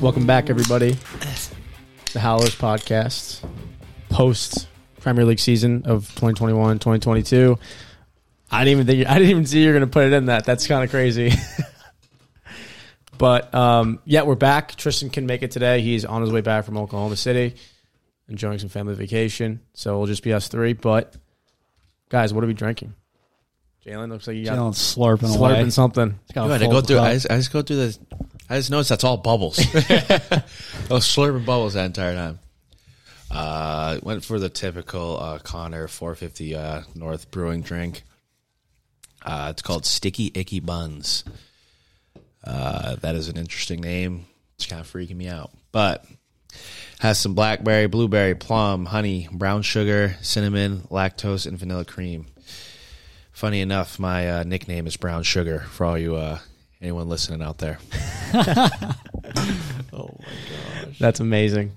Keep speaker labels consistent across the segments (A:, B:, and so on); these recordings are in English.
A: Welcome back, everybody. The Howlers Podcast, post Premier League season of 2021 2022. I didn't even think, I didn't even see you're going to put it in that. That's kind of crazy. but um, yeah, we're back. Tristan can make it today. He's on his way back from Oklahoma City, enjoying some family vacation. So it'll just be us three. But guys, what are we drinking? Jalen looks like you got
B: Jalen's slurping,
A: slurping
B: away.
A: something.
B: Got a
C: I
B: full
C: go through.
B: cup.
C: I just, I just go through the. I just noticed that's all bubbles. I was slurping bubbles that entire time. Uh, went for the typical uh, Connor 450 uh, North Brewing drink. Uh, it's called Sticky Icky Buns. Uh, that is an interesting name. It's kind of freaking me out, but has some blackberry, blueberry, plum, honey, brown sugar, cinnamon, lactose, and vanilla cream. Funny enough, my uh, nickname is Brown Sugar for all you uh, anyone listening out there.
A: That's amazing.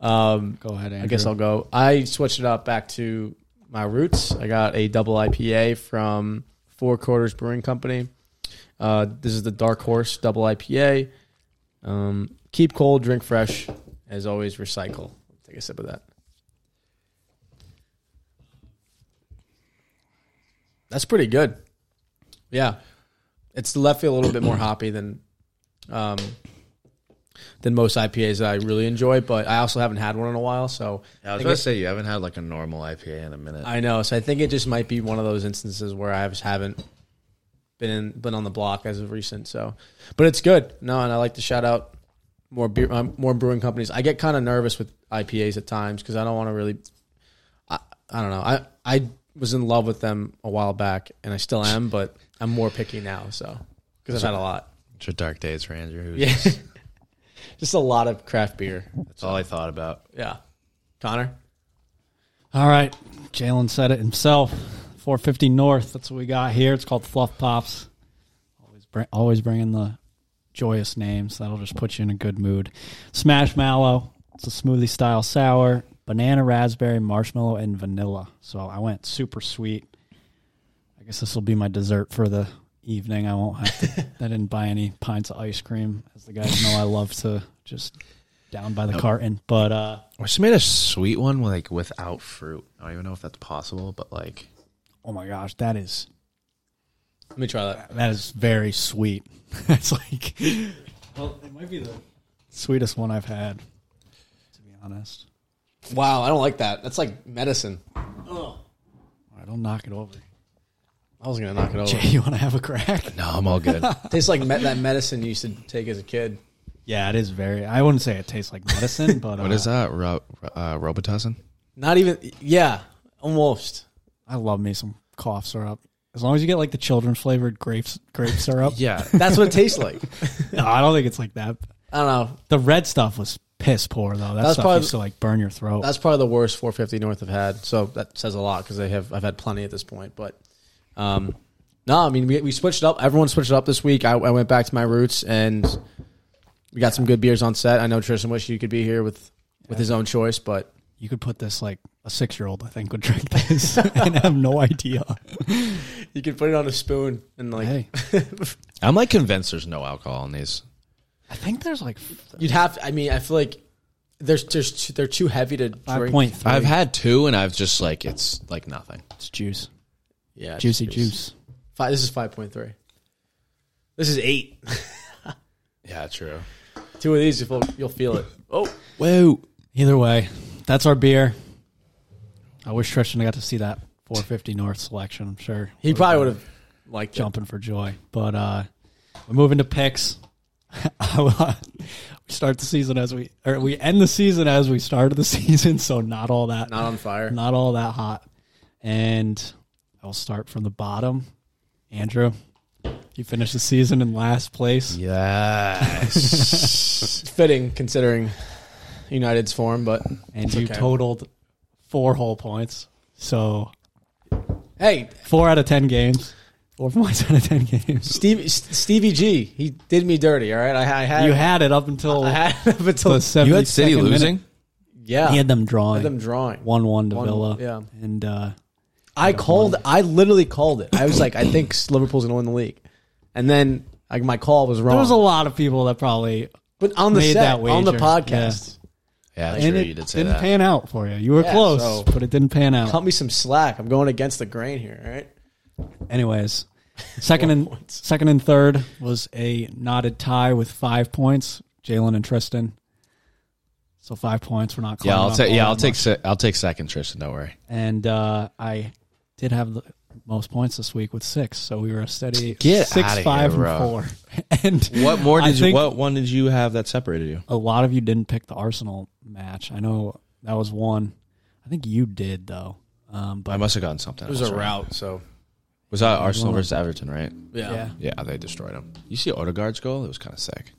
A: Um,
B: Go ahead, Andrew.
A: I guess I'll go. I switched it up back to my roots. I got a double IPA from Four Quarters Brewing Company. Uh, this is the Dark Horse Double IPA. Um, keep cold, drink fresh. As always, recycle. Take a sip of that. That's pretty good. Yeah, it's left me a little bit more hoppy than um, than most IPAs that I really enjoy. But I also haven't had one in a while, so
C: I was
A: think
C: going to
A: it-
C: say you haven't had like a normal IPA in a minute.
A: I know. So I think it just might be one of those instances where I just haven't been in, been on the block as of recent. So, but it's good. No, and I like to shout out more beer, um, more brewing companies. I get kind of nervous with IPAs at times because I don't want to really. I, I don't know. I I was in love with them a while back, and I still am, but I'm more picky now. So because I've had a lot,
C: it's your dark days for Andrew. who's-
A: yeah, just a lot of craft beer.
C: That's all I thought about.
A: Yeah, Connor.
B: All right. Jalen said it himself. 450 North. That's what we got here. It's called Fluff Pops. Always, bring, always bringing the joyous names. That'll just put you in a good mood. Smash Mallow. It's a smoothie style sour, banana, raspberry, marshmallow, and vanilla. So I went super sweet. I guess this will be my dessert for the evening. I won't have to. I didn't buy any pints of ice cream, as the guys know I love to just down by the carton. But, uh,
C: Or she made a sweet one with, like without fruit. I don't even know if that's possible, but like
B: oh my gosh, that is
A: Let me try that.
B: That is very sweet. That's like, well, it might be the sweetest one I've had, to be honest.
A: Wow, I don't like that. That's like medicine.
B: All right, don't knock it over.
A: I was gonna knock it over.
B: Jay, you want to have a crack?
C: no, I'm all good.
A: Tastes like me- that medicine you used to take as a kid.
B: Yeah, it is very. I wouldn't say it tastes like medicine, but
C: what
B: uh,
C: is that? Ro- uh, Robitussin?
A: Not even, yeah, almost.
B: I love me some cough syrup. As long as you get like the children flavored grapes grape syrup.
C: Yeah.
A: That's what it tastes like.
B: No, I don't think it's like that.
A: I don't know.
B: The red stuff was piss poor though. That
A: That's
B: stuff
A: probably-
B: used to like burn your throat.
A: That's probably the worst 450 North I've had. So that says a lot because they have I've had plenty at this point. But um, no, I mean we, we switched it up. Everyone switched it up this week. I, I went back to my roots and we got some good beers on set. I know Tristan wish you could be here with with his own choice, but
B: you could put this like a six year old I think would drink this and have no idea.
A: you could put it on a spoon and like
B: Hey.
C: I'm like convinced there's no alcohol in these.
B: I think there's like
A: you'd have. I mean, I feel like there's just too, they're too heavy to
B: five
A: drink.
B: point three.
C: I've had two and I've just like, it's like nothing.
B: It's juice,
A: Yeah, it's
B: juicy
A: just-
B: juice.
A: Five, this is five point three. This is eight.
C: Yeah, true.
A: Two of these, you'll, you'll feel it. Oh,
C: Whoa.
B: Either way, that's our beer. I wish Tristan got to see that 450 North selection. I'm sure
A: He probably would have liked it.
B: jumping for joy. But uh, we're moving to picks. we start the season as we or we end the season as we started the season, so not all that
A: Not on fire.
B: not all that hot. And I'll start from the bottom. Andrew, you finished the season in last place.
C: Yes.
A: It's fitting considering United's form, but
B: and
A: it's
B: you
A: okay.
B: totaled four whole points. So
A: hey,
B: four out of ten games, four points out of ten games.
A: Stevie S- Stevie G, he did me dirty. All right, I, I had
B: You had it up until
A: I had up until
B: the
C: you had
B: 72nd
C: City
B: minute.
C: losing.
A: yeah.
B: He had them drawing
A: Had them drawing.
B: one one to
A: One-
B: Villa.
A: yeah.
B: and uh,
A: I called. I literally called it. I was like, I think Liverpool's gonna win the league, and then like my call was wrong.
B: there was a lot of people that probably
A: but on the
B: made
A: set,
B: that
A: on the
B: wager.
A: podcast,
C: Yeah,
B: and
C: true.
B: it
C: You did say
B: didn't
C: that.
B: pan out for you. You were
A: Yeah,
B: close,
A: so-
B: but it didn't pan out.
A: cut me some slack. I'm going against the grain here. All right,
B: Anyways, second and second and third was a knotted tie with five points. Jalen and Tristan. So five points. We're not.
C: yeah,
B: climbing
C: I'll
B: up
C: take.
B: all
C: Yeah,
B: that
C: I'll
B: much.
C: take. Se- I'll take second, Tristan. Don't worry.
B: and uh, I did have the most points this week with six. So we were a steady
C: Get
B: six,
C: outta
B: five,
C: here,
B: and
C: bro.
B: four. And
C: What more
B: I
C: did you?
B: think
C: What one did you have that separated you?
B: A lot of you didn't pick the Arsenal match. I know that was one. I think you did though. Um,
C: I
B: but
C: must have gotten something.
A: it was
C: else
A: a
C: wrong.
A: route. So
C: Was that Arsenal versus Everton? Right.
A: yeah,
B: yeah,
C: Yeah, they destroyed him. You see Odegaard's goal? It was kind of sick.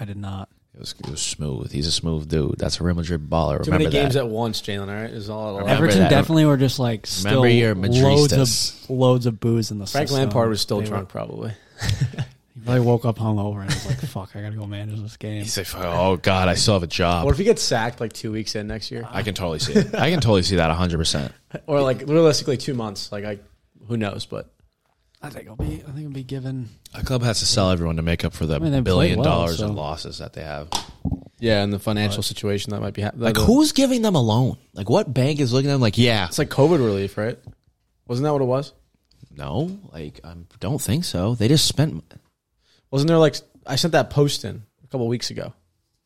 B: I did not.
C: It was. It was smooth. He's a smooth dude. That's a Real Madrid baller.
A: too
C: Remember
A: many games
C: that.
A: at once, Jalen. All right, is all. it
C: Remember
B: Everton
C: that.
B: definitely were just like still
C: Remember your
B: loads
C: Madristas.
B: of loads of booze in the
A: Frank
B: system.
A: Lampard was still
B: They were-
A: drunk, probably.
B: He probably woke up hungover and was like, "Fuck, I gotta go manage this game."
C: He's like, oh god, I still have a job.
A: What if he gets sacked like two weeks in next year,
C: I can totally see it. I can totally see that 100. percent
A: or like realistically two months? Like, I who knows? But
B: I think I'll be. I think I'll be given.
C: A club has to sell everyone to make up for the
B: mean, they played
C: billion
B: well,
C: dollars
B: so-
C: in losses that they have.
A: yeah, and the financial situation that might be happening.
C: Like, who's giving them a loan? Like, what bank is looking at them? Like, yeah,
A: It's like COVID relief, right? Wasn't that what it was?
C: no, like, I don't think so. They just spent.
A: Wasn't there like I sent that post in a couple weeks ago.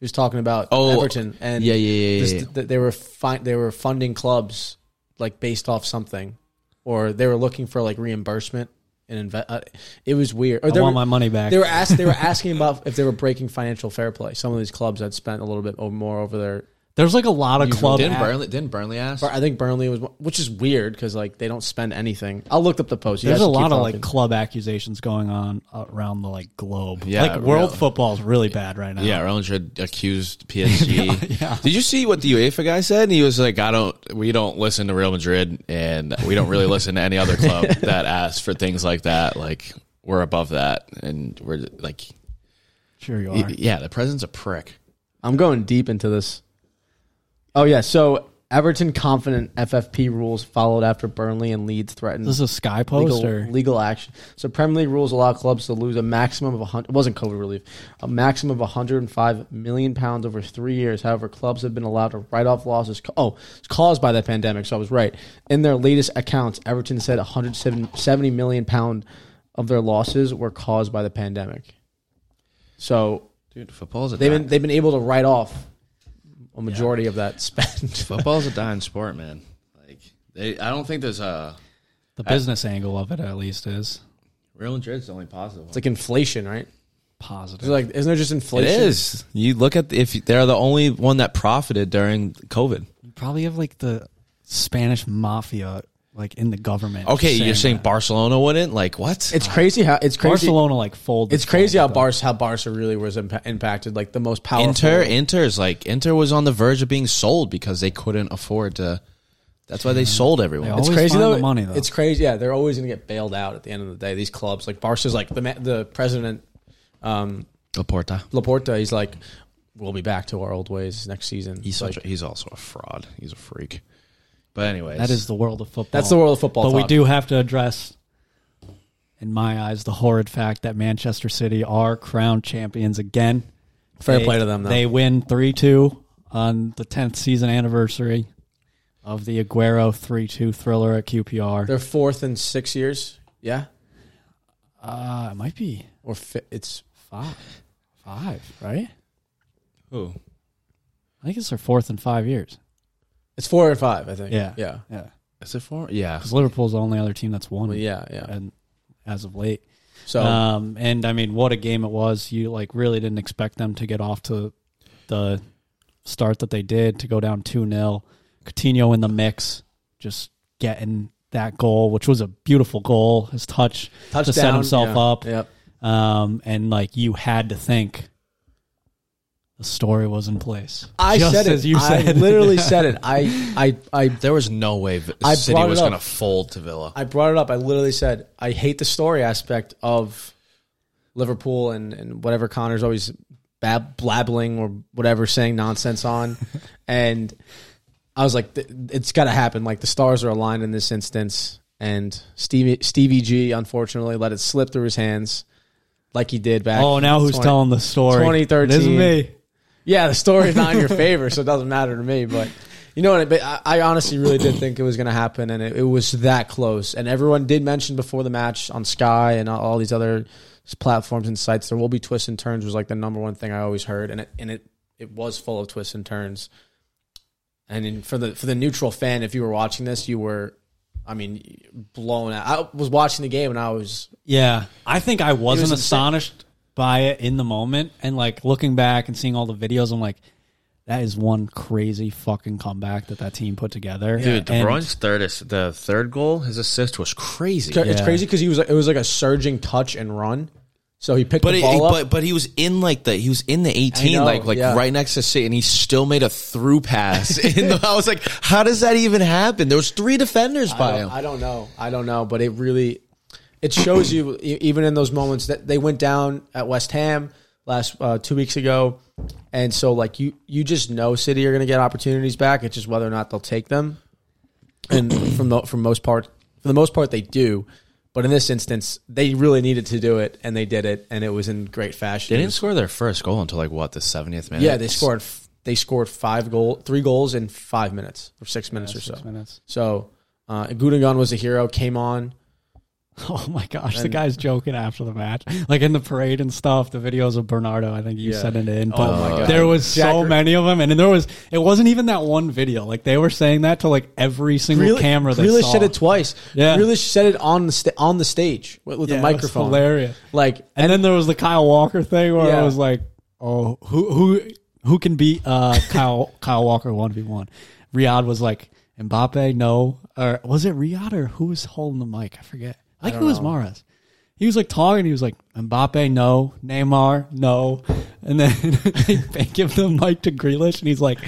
A: He was talking about
C: Oh,
A: Everton and
C: yeah, yeah, yeah,
A: this-
C: yeah, yeah.
A: that they were fi- they were funding clubs like based off something, or they were looking for like reimbursement and inve- uh, it was weird. Or
B: I
A: they
B: want
A: were,
B: my money back.
A: they were asked they were asking about if they were breaking financial fair play. Some of these clubs had spent a little bit or more over their.
B: There's like a lot of club.
C: Didn't
B: app-
C: Burnley? Didn't Burnley ask?
A: I think Burnley was, one- which is weird because like they don't spend anything. I looked up the post. You
B: There's
A: guys
B: a
A: can keep
B: lot of like
A: talking.
B: club accusations going on around the like globe.
C: Yeah,
B: like world
C: really.
B: football is really bad right now.
C: Yeah, Real Madrid accused PSG. Did you see what the UEFA guy said? He was like, "I don't, we don't listen to Real Madrid, and we don't really listen to any other club that asks for things like that. Like, we're above that, and we're like,
B: sure you are.
C: yeah, the president's a prick.
A: I'm going deep into this. Oh yeah, so Everton confident FFP rules followed after Burnley and Leeds threatened
B: This is a Sky
A: legal,
B: post or
A: legal action. So Premier League rules allow clubs to lose a maximum of a hundred. It wasn't COVID relief, a maximum of 105 million pounds over three years. However, clubs have been allowed to write off losses. ca- Oh, it's caused by the pandemic. So I was right. In their latest accounts, Everton said 170 million pound of their losses were caused by the pandemic. So
C: Dude, football's a
A: They've
C: dying,
A: been they've been able to write off a majority of that spend.
C: football's a dying sport, man. Like, they, I don't think there's a
B: the business angle of it at least is
C: Real Madrid's the only positive.
A: it's like inflation, right? It's
B: positive.
A: like isn't there just
C: it
A: inflation?
C: is. You look at the, if they're the only one that profited during COVID.
B: You probably have like the Spanish mafia like in the government.
C: Okay, you're saying
B: that.
C: Barcelona wouldn't? Like what?
A: It's crazy how it's crazy.
B: Barcelona like folded.
A: It's crazy how
B: folded them.
A: Barca how Barca really was impa- impacted. Like the most powerful.
C: Inter Inter's like Inter was on the verge of being sold because they couldn't afford to. That's why they sold everyone.
B: They
C: It's-
A: It's
B: Always
A: crazy
B: find
A: though.
B: the money, though.
A: It's crazy. Yeah, they're always going to get bailed out at the end of the day. These clubs, like Barca's, like the ma- the president, um,
C: Laporta.
A: Laporta, he's like, we'll be back to our old ways next season.
C: He's
A: like,
C: such. A, he's also a fraud. He's a freak. But anyways,
B: That is the world of football.
A: that's the world of football.
B: But we
A: talk.
B: do have to address, in my eyes, the horrid fact that Manchester City are crowned champions again.
A: fair
B: They-
A: play to them. Though.
B: They win 3 2 on the 10th season anniversary of the Aguero 3 2 thriller at QPR.
A: they're fourth in six years. Yeah,
B: Uh, it might be
A: or fi- it's
B: five. Five, right?
C: who
B: I think it's their fourth in five years.
A: It's four or five, I think.
B: Yeah.
A: Yeah.
B: Yeah.
C: Is it four? Yeah.
B: Because Liverpool's the only other team that's won.
A: Well, yeah, yeah.
B: And as of late.
A: So
B: Um, and I mean, what a game it was. You like really didn't expect them to get off to the start that they did to go down 2 0. Coutinho in the mix, just getting that goal, which was a beautiful goal. His touch
A: touchdown
B: to set himself
A: yeah,
B: up.
A: Yep.
B: Um, and like you had to think the story was in place.
A: I
B: Just
A: said it.
B: as you
A: I
B: said.
A: literally said it. I, I, I,
C: There was no way Vi-
A: I
C: City
A: brought it
C: was
A: up.
C: going to fold to Villa.
A: I brought it up. I literally said I hate the story aspect of Liverpool and, and whatever Connor's always bab- blabbling or whatever, saying nonsense on. and I was like, th- it's got to happen. Like the stars are aligned in this instance. And Stevie Stevie G unfortunately let it slip through his hands, like he did back.
B: Oh, now who's
A: 20
B: telling the story?
A: 2013.
B: It isn't me.
A: Yeah, the story's not in your favor, so it doesn't matter to me. But you know what? I- But I, I honestly really did think it was going to happen, and it, it was that close. And everyone did mention before the match on Sky and all- all these other s- platforms and sites, there will be twists and turns was like the number one thing I always heard, and it and it it was full of twists and turns. And in, for the for the neutral fan, if you were watching this, you were, I mean, blown out. I was watching the game, and I was
B: Yeah, I think I wasn't
A: insane.
B: astonished by it in the moment, and like looking back and seeing all the videos, I'm like, that is one crazy fucking comeback that that team put together.
C: Dude, De
B: And-
C: Bruyne's third, ass- the third goal, his assist was crazy.
A: it's
B: Yeah.
A: crazy because he was like, it was like a surging touch and run. So he picked
C: But
A: the
C: it,
A: ball up.
C: but but he was in like the he was in the eighteen
A: I know,
C: like like
A: yeah.
C: right next to City and he still made a through pass. in the, I was like, how does that even happen? There was three defenders by
A: I
C: him.
A: don't, I don't know. I don't know, but it really it shows you e- even in those moments that they went down at West Ham last uh, two weeks ago, and so like you you just know City are going to get opportunities back. It's just whether or not they'll take them, and from the for most part for the most part they do. But in this instance, they really needed to do it, and they did it, and it was in great fashion.
C: they didn't score their first goal until like what the seventieth minute.
A: yeah, they scored. f- They scored five goal, three goals in five minutes or six minutes or so.
B: Six minutes.
A: So uh, Gundogan was a hero. Came on.
B: Oh my gosh, the guy's joking after the match, like in the parade and stuff. The videos of Bernardo, I think you
A: Yeah.
B: sent it in. But
A: my God.
B: there was so
A: Jacker-
B: many of them, and then there was it wasn't even that one video. Like they were saying that to like every single camera. They
A: Grealish
B: saw.
A: said it twice.
B: Yeah.
A: Grealish said it on the sta- on the stage with, with
B: Yeah,
A: the
B: it was
A: microphone.
B: hilarious.
A: Like
B: And, then there was the Kyle Walker thing where
A: Yeah.
B: I was like, oh, who who who can beat uh, Kyle Kyle Walker one v one? Riyadh was like Mbappe, no, or was it Riyadh or who was holding the mic? I forget. I think it was Mares. He was like talking. He was like Mbappe, no, Neymar, no, and then they, they give the mic to Grealish, and he's like.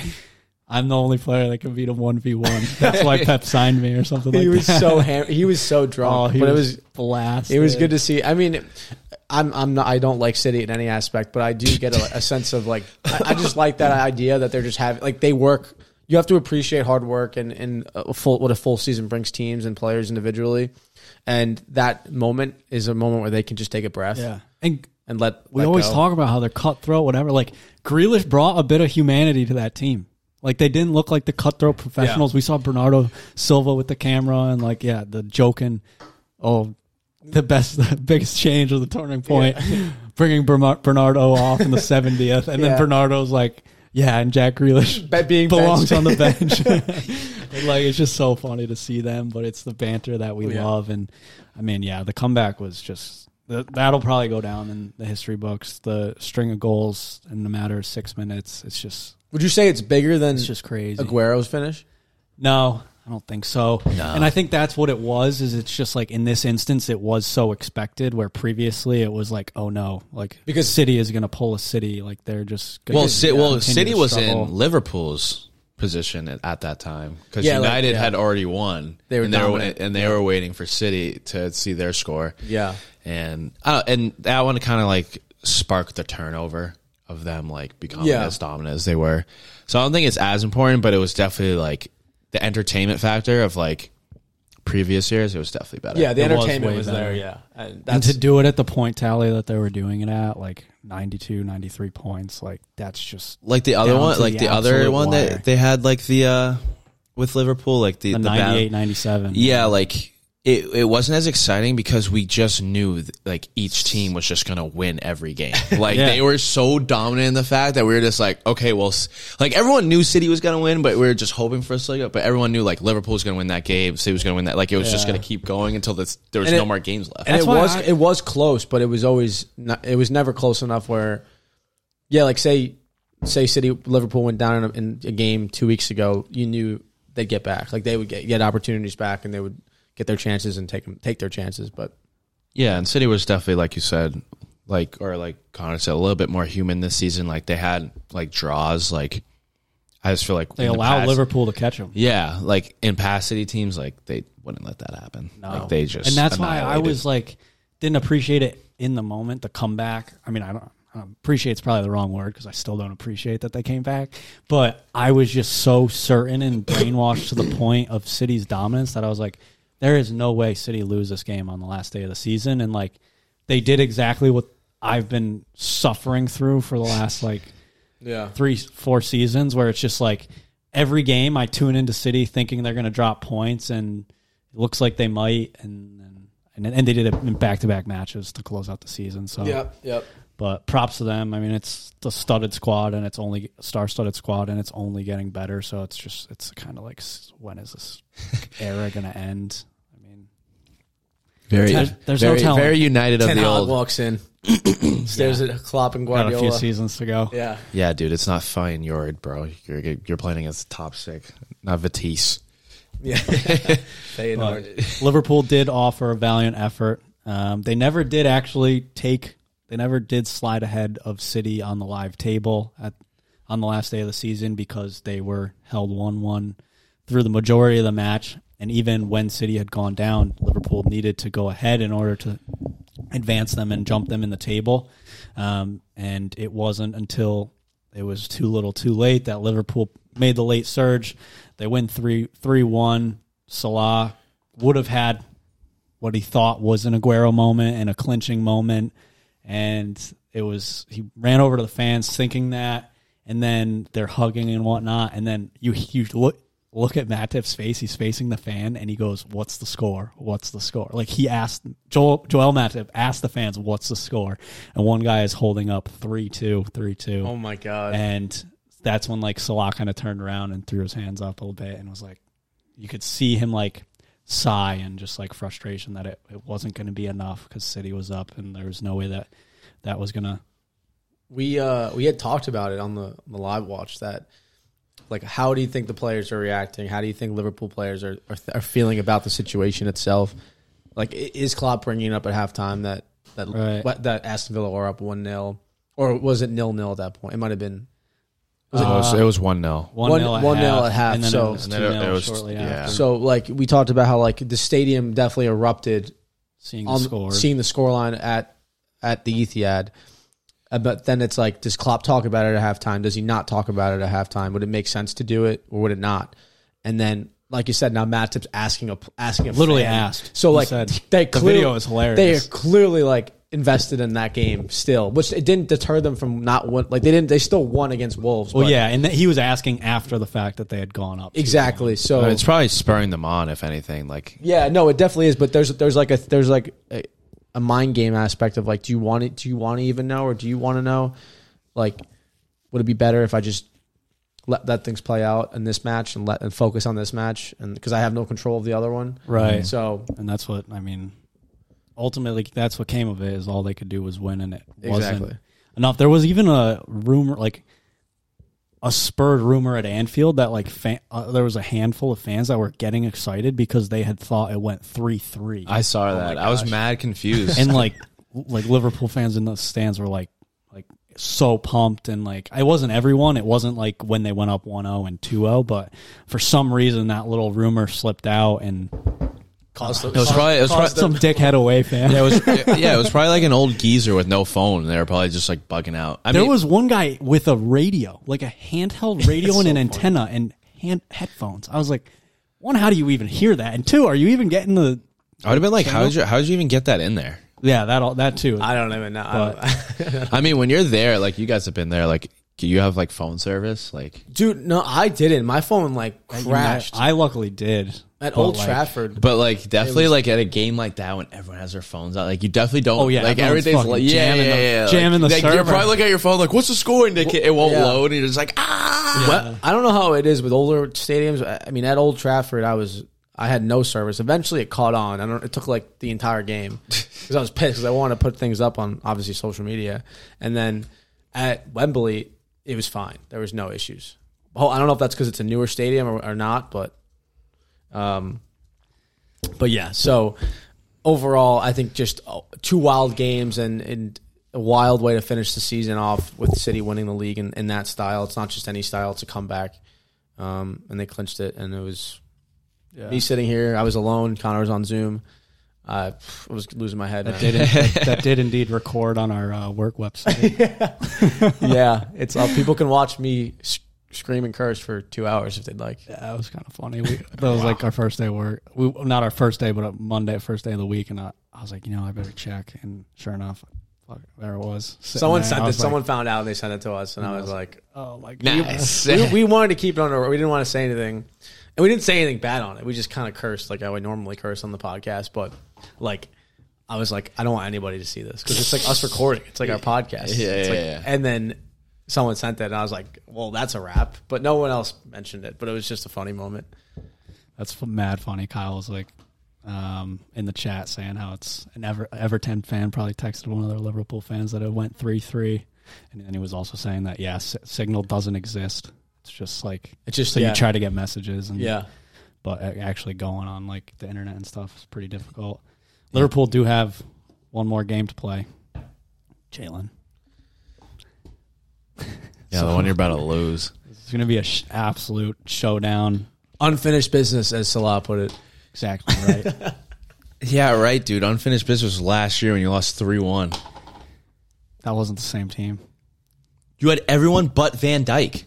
B: I'm the only player that can beat him one v one. That's why Pep signed me or something like
A: he was
B: that.
A: so ham- he was so drunk.
B: Oh, he
A: but
B: was
A: it was
B: blasted.
A: it was good to see. I mean, I'm I'm not I don't like City in any aspect, but I do get a, a sense of like I, I just like that idea that they're just having like they work. You have to appreciate hard work and and a full what a full season brings teams and players individually, and that moment is a moment where they can just take a breath
B: Yeah, and
A: and let.
B: We
A: let
B: always
A: go.
B: talk about how they're cutthroat, whatever. Like Grealish brought a bit of humanity to that team. Like they didn't look like the cutthroat professionals. We saw Bernardo Silva with the camera and like yeah, the joking. Oh, the best, the biggest change was the turning point, bringing Berma- Bernardo off in the seventieth, and
A: Yeah.
B: then Bernardo's like, yeah, and Jack Grealish
A: Be- being
B: belongs
A: benched.
B: on the bench. And, like it's just so funny to see them, but it's the banter that we
A: Oh, Yeah.
B: love, and I mean, yeah, the comeback was just th- that'll probably go down in the history books. The string of goals in a matter of six minutes, it's just
A: Would you say it's bigger than
B: it's just crazy.
A: Aguero's finish?
B: No, I don't think so. And I think that's what it was. Is it's just like in this instance, it was so expected. Where previously it was like, oh no, like
A: Because-
B: City is going to pull a City. Like they're just gonna
C: Well, Ci-
B: continue
C: well,
B: to
C: City was
B: struggle.
C: in Liverpool's position at, at that time because
A: Yeah, like,
C: United
A: yeah.
C: had already won.
A: They were
C: and they were,
A: dominant.
C: and they were waiting for City to see their score.
A: Yeah.
C: and uh, and that one kind of like sparked the turnover of them like becoming
A: Yeah.
C: as dominant as they were. So I don't think it's as important, but it was definitely like the entertainment factor of like previous years. It was definitely better.
A: Yeah, the
B: It was
A: entertainment
B: way
A: was,
B: better.
A: there. Yeah, and
B: and
A: that's
B: to do it at the point tally that they were doing it at, like 92, 93 points, like that's just
C: like the other
B: Down
C: one,
B: to
C: like
B: the
C: the, other
B: absolute
C: one
B: wire.
C: that they had like the uh with Liverpool, like the,
B: a
C: the battle-
B: 98, 97.
C: Yeah, like it it wasn't as exciting because we just knew th- like each team was just gonna win every game. Like
B: Yeah.
C: they were so dominant in the fact that we were just like, okay, well, s- like everyone knew City was gonna win, but we were just hoping for a slug. But everyone knew like Liverpool was gonna win that game, City was gonna win that. Like it was just
B: Yeah.
C: gonna keep going until this, there was
A: And
C: no
A: it-
C: more games left.
A: and
B: That's
A: it
B: why
A: was
B: I-
A: it was close, but it was always not, it was never close enough where, yeah, like say say City Liverpool went down in a, in a game two weeks ago, you knew they'd get back, like they would get, get opportunities back, and they would get their chances and take 'em- take their chances, but
C: Yeah, and City was definitely like you said, like or like Connor said, a little bit more human this season. Like they had like draws. Like I just feel like
B: They
C: in the
B: allow
C: past-
B: Liverpool to catch them.
C: Yeah, like in past City teams, like they wouldn't let that happen.
B: No.
C: Like they just
B: and that's why I
C: annihilated.
B: was like didn't appreciate it in the moment. The comeback. I mean, I don't I don't- appreciate's probably the wrong word because I still don't appreciate that they came back. But I was just so certain and brainwashed to the point of City's dominance that I was like, there is no way City lose this game on the last day of the season. And like they did exactly what I've been suffering through for the last like
A: yeah,
B: three, four seasons where it's just like every game I tune into City thinking they're going to drop points, and it looks like they might, and and, and they did it in back to back matches to close out the season. So,
A: yep, yep.
B: but props to them. I mean, it's the studded squad, and it's only star studded squad, and it's only getting better. So it's just it's kind of like s- when is this era going to end? I mean,
C: very,
B: There's- there's no
C: very,
B: telling.
C: very united of
A: Ten
C: the
A: Hag
C: old.
A: walks in, stares at Klopp and
B: got
A: Guardiola.
B: a few seasons to go.
A: yeah,
C: yeah, dude, it's not fine, Yord, bro. You're you're playing against the top six, not Vitesse.
A: yeah. Feyenoord.
B: But Liverpool did offer a valiant effort. Um, they never did actually take. They never did slide ahead of City on the live table at on the last day of the season because they were held one one through the majority of the match. And even when City had gone down, Liverpool needed to go ahead in order to advance them and jump them in the table. Um, and it wasn't until it was too little, too late that Liverpool made the late surge. They win three three one. Salah would have had what he thought was an Aguero moment and a clinching moment, and it was he ran over to the fans thinking that, and then they're hugging and whatnot, and then you you look. Look at Matip's face. He's facing the fan, and he goes, "What's the score? What's the score?" Like he asked Joel Joel Matip asked the fans, "What's the score?" And one guy is holding up three two three two.
A: Oh my god.
B: And that's when like Salah kind of turned around and threw his hands up a little bit and was like, you could see him like sigh and just like frustration that it, it wasn't going to be enough because City was up and there was no way that that was going to.
A: we uh we had talked about it on the, the live watch that like how do you think the players are reacting how do you think liverpool players are are, are feeling about the situation itself like i- is Klopp bringing it up at halftime that that
B: Right.
A: what- that Aston Villa are up 1-0 or was it nil-nil at that point it might have been
B: Uh,
C: it, was, it was one nil.
B: One,
A: One-
B: nil at
A: one nil
B: half,
A: at half,
B: And then
A: so-
B: it was
C: And
B: two
C: then it-
B: nil
C: it was-
B: shortly
C: yeah.
B: after.
A: so like we talked about how like the stadium definitely erupted
B: Seeing the
A: on
B: score.
A: Um, seeing the scoreline at at the Etihad. Uh, But then it's like, does Klopp talk about it at halftime? Does he not talk about it at halftime? Would it make sense to do it or would it not? And then, like you said, now Matt Tips asking a asking a
B: Literally
A: fan.
B: asked.
A: So
B: He
A: like
B: said,
A: they
B: "The
A: clear-
B: video is hilarious."
A: They are clearly like invested in that game still, which it didn't deter them from not win. Like they didn't, they still won against Wolves.
B: well,
A: but-
B: yeah. And th- he was asking after the fact that they had gone up. two
A: exactly. So
C: It's probably spurring them on, if anything. Like
A: Yeah, no, it definitely is. But there's there's like a there's like a, a mind game aspect of like, do you want it? Do you want to even know, or do you want to know? Like, would it be better if I just let that things play out in this match and let and focus on this match, and because I have no control of the other one,
B: Right.
A: So
B: and that's what I mean. Ultimately, that's what came of it. Is all they could do was win, and it
A: Exactly.
B: wasn't enough. There was even a rumor, like a spurred rumor at Anfield, that like fan, uh, there was a handful of fans that were getting excited because they had thought it went three three,
C: I saw that. I was mad confused.
B: Oh and like like Liverpool fans in the stands were like like so pumped and like I wasn't everyone. It wasn't like when they went up 1-0 and 2-0, but for some reason that little rumor slipped out and
A: cause
C: it was probably it was probably,
B: some dickhead away fan.
C: Yeah, it was yeah, it was probably like an old geezer with no phone. They were probably just like bugging out. I
B: There
C: mean,
B: was one guy with a radio, like a handheld radio and an antenna and hand headphones. I was like, one, how do you even hear that? And two, are you even getting the?
C: I would have been like, how did you how did you even get that in there?
B: Yeah, that all that too.
A: I don't even know. I don't-
C: I mean, when you're there, like you guys have been there, like Do you have like phone service? Like,
A: Dude, no, I didn't. My phone like crashed
B: I luckily did.
A: at
B: but,
A: Old
B: like,
A: Trafford.
C: but like definitely like at a game like that when everyone has their phones out, like you definitely don't.
B: Oh, yeah,
C: like
B: everyone's
C: everything's
B: fucking
C: like, yeah,
B: jamming
C: yeah,
B: the-
C: yeah, yeah,
B: jamming the
C: like, like, You
B: server.
C: probably look at your phone like, what's the score indicator? It won't
A: Yeah.
C: load, and you're just like, ah.
A: Well, I don't know how it is with older stadiums. I- I mean, at Old Trafford, I was I had no service. Eventually, it caught on. I don't. It took like the entire game because I was pissed because I wanted to put things up on obviously social media. And then at Wembley, it was fine. There was no issues. Oh, I don't know if that's because it's a newer stadium or, or not, but um, but yeah. So overall, I think just uh, two wild games and and a wild way to finish the season off with City winning the league in, in that style. It's not just any style; it's a comeback, um, and they clinched it. And it was me sitting here. I was alone. Connor was on Zoom. I was losing my head.
B: That
A: man.
B: did, in, that, that did indeed record on our uh, work website.
A: yeah, it's uh, people can watch me sc- scream and curse for two hours if they'd like.
B: that was kind of funny. We, that was like our first day of work. We, not our first day, but a Monday, first day of the week. And I, I was like, you know, I better check. And sure enough, fuck, there it was. Sitting
A: Someone
B: there, and I
A: sent it.
B: was like,
A: Someone found out and they sent it to us, and I was like,
B: Oh my god.
C: Nice.
A: we, we wanted to keep it under. We didn't want to say anything, and we didn't say anything bad on it. We just kind of cursed, like I would normally curse on the podcast. But like, I was like, I don't want anybody to see this because it's like us recording. It's like our podcast.
C: Yeah,
A: It's
C: yeah,
A: like-
C: yeah.
A: And then someone sent it, and I was like, Well, that's a wrap. But no one else mentioned it. But it was just a funny moment.
B: That's f- mad funny. Kyle was like um, in the chat saying how it's an Ever- Everton fan probably texted one of their Liverpool fans that it went 3 3. And then he was also saying that, yeah, S- Signal doesn't exist. It's just like,
A: It's just
B: so
A: yeah,
B: you try to get messages. And,
A: Yeah,
B: But a- actually going on like the internet and stuff is pretty difficult. Liverpool do have one more game to play. Jalen.
C: Yeah, the one you're about to lose.
B: It's going to be an sh- absolute showdown.
A: unfinished business, as Salah put it.
B: Exactly right.
C: Yeah, right, dude. Unfinished business was last year when you lost three one.
B: that wasn't the same team.
C: You had everyone but Van Dyke.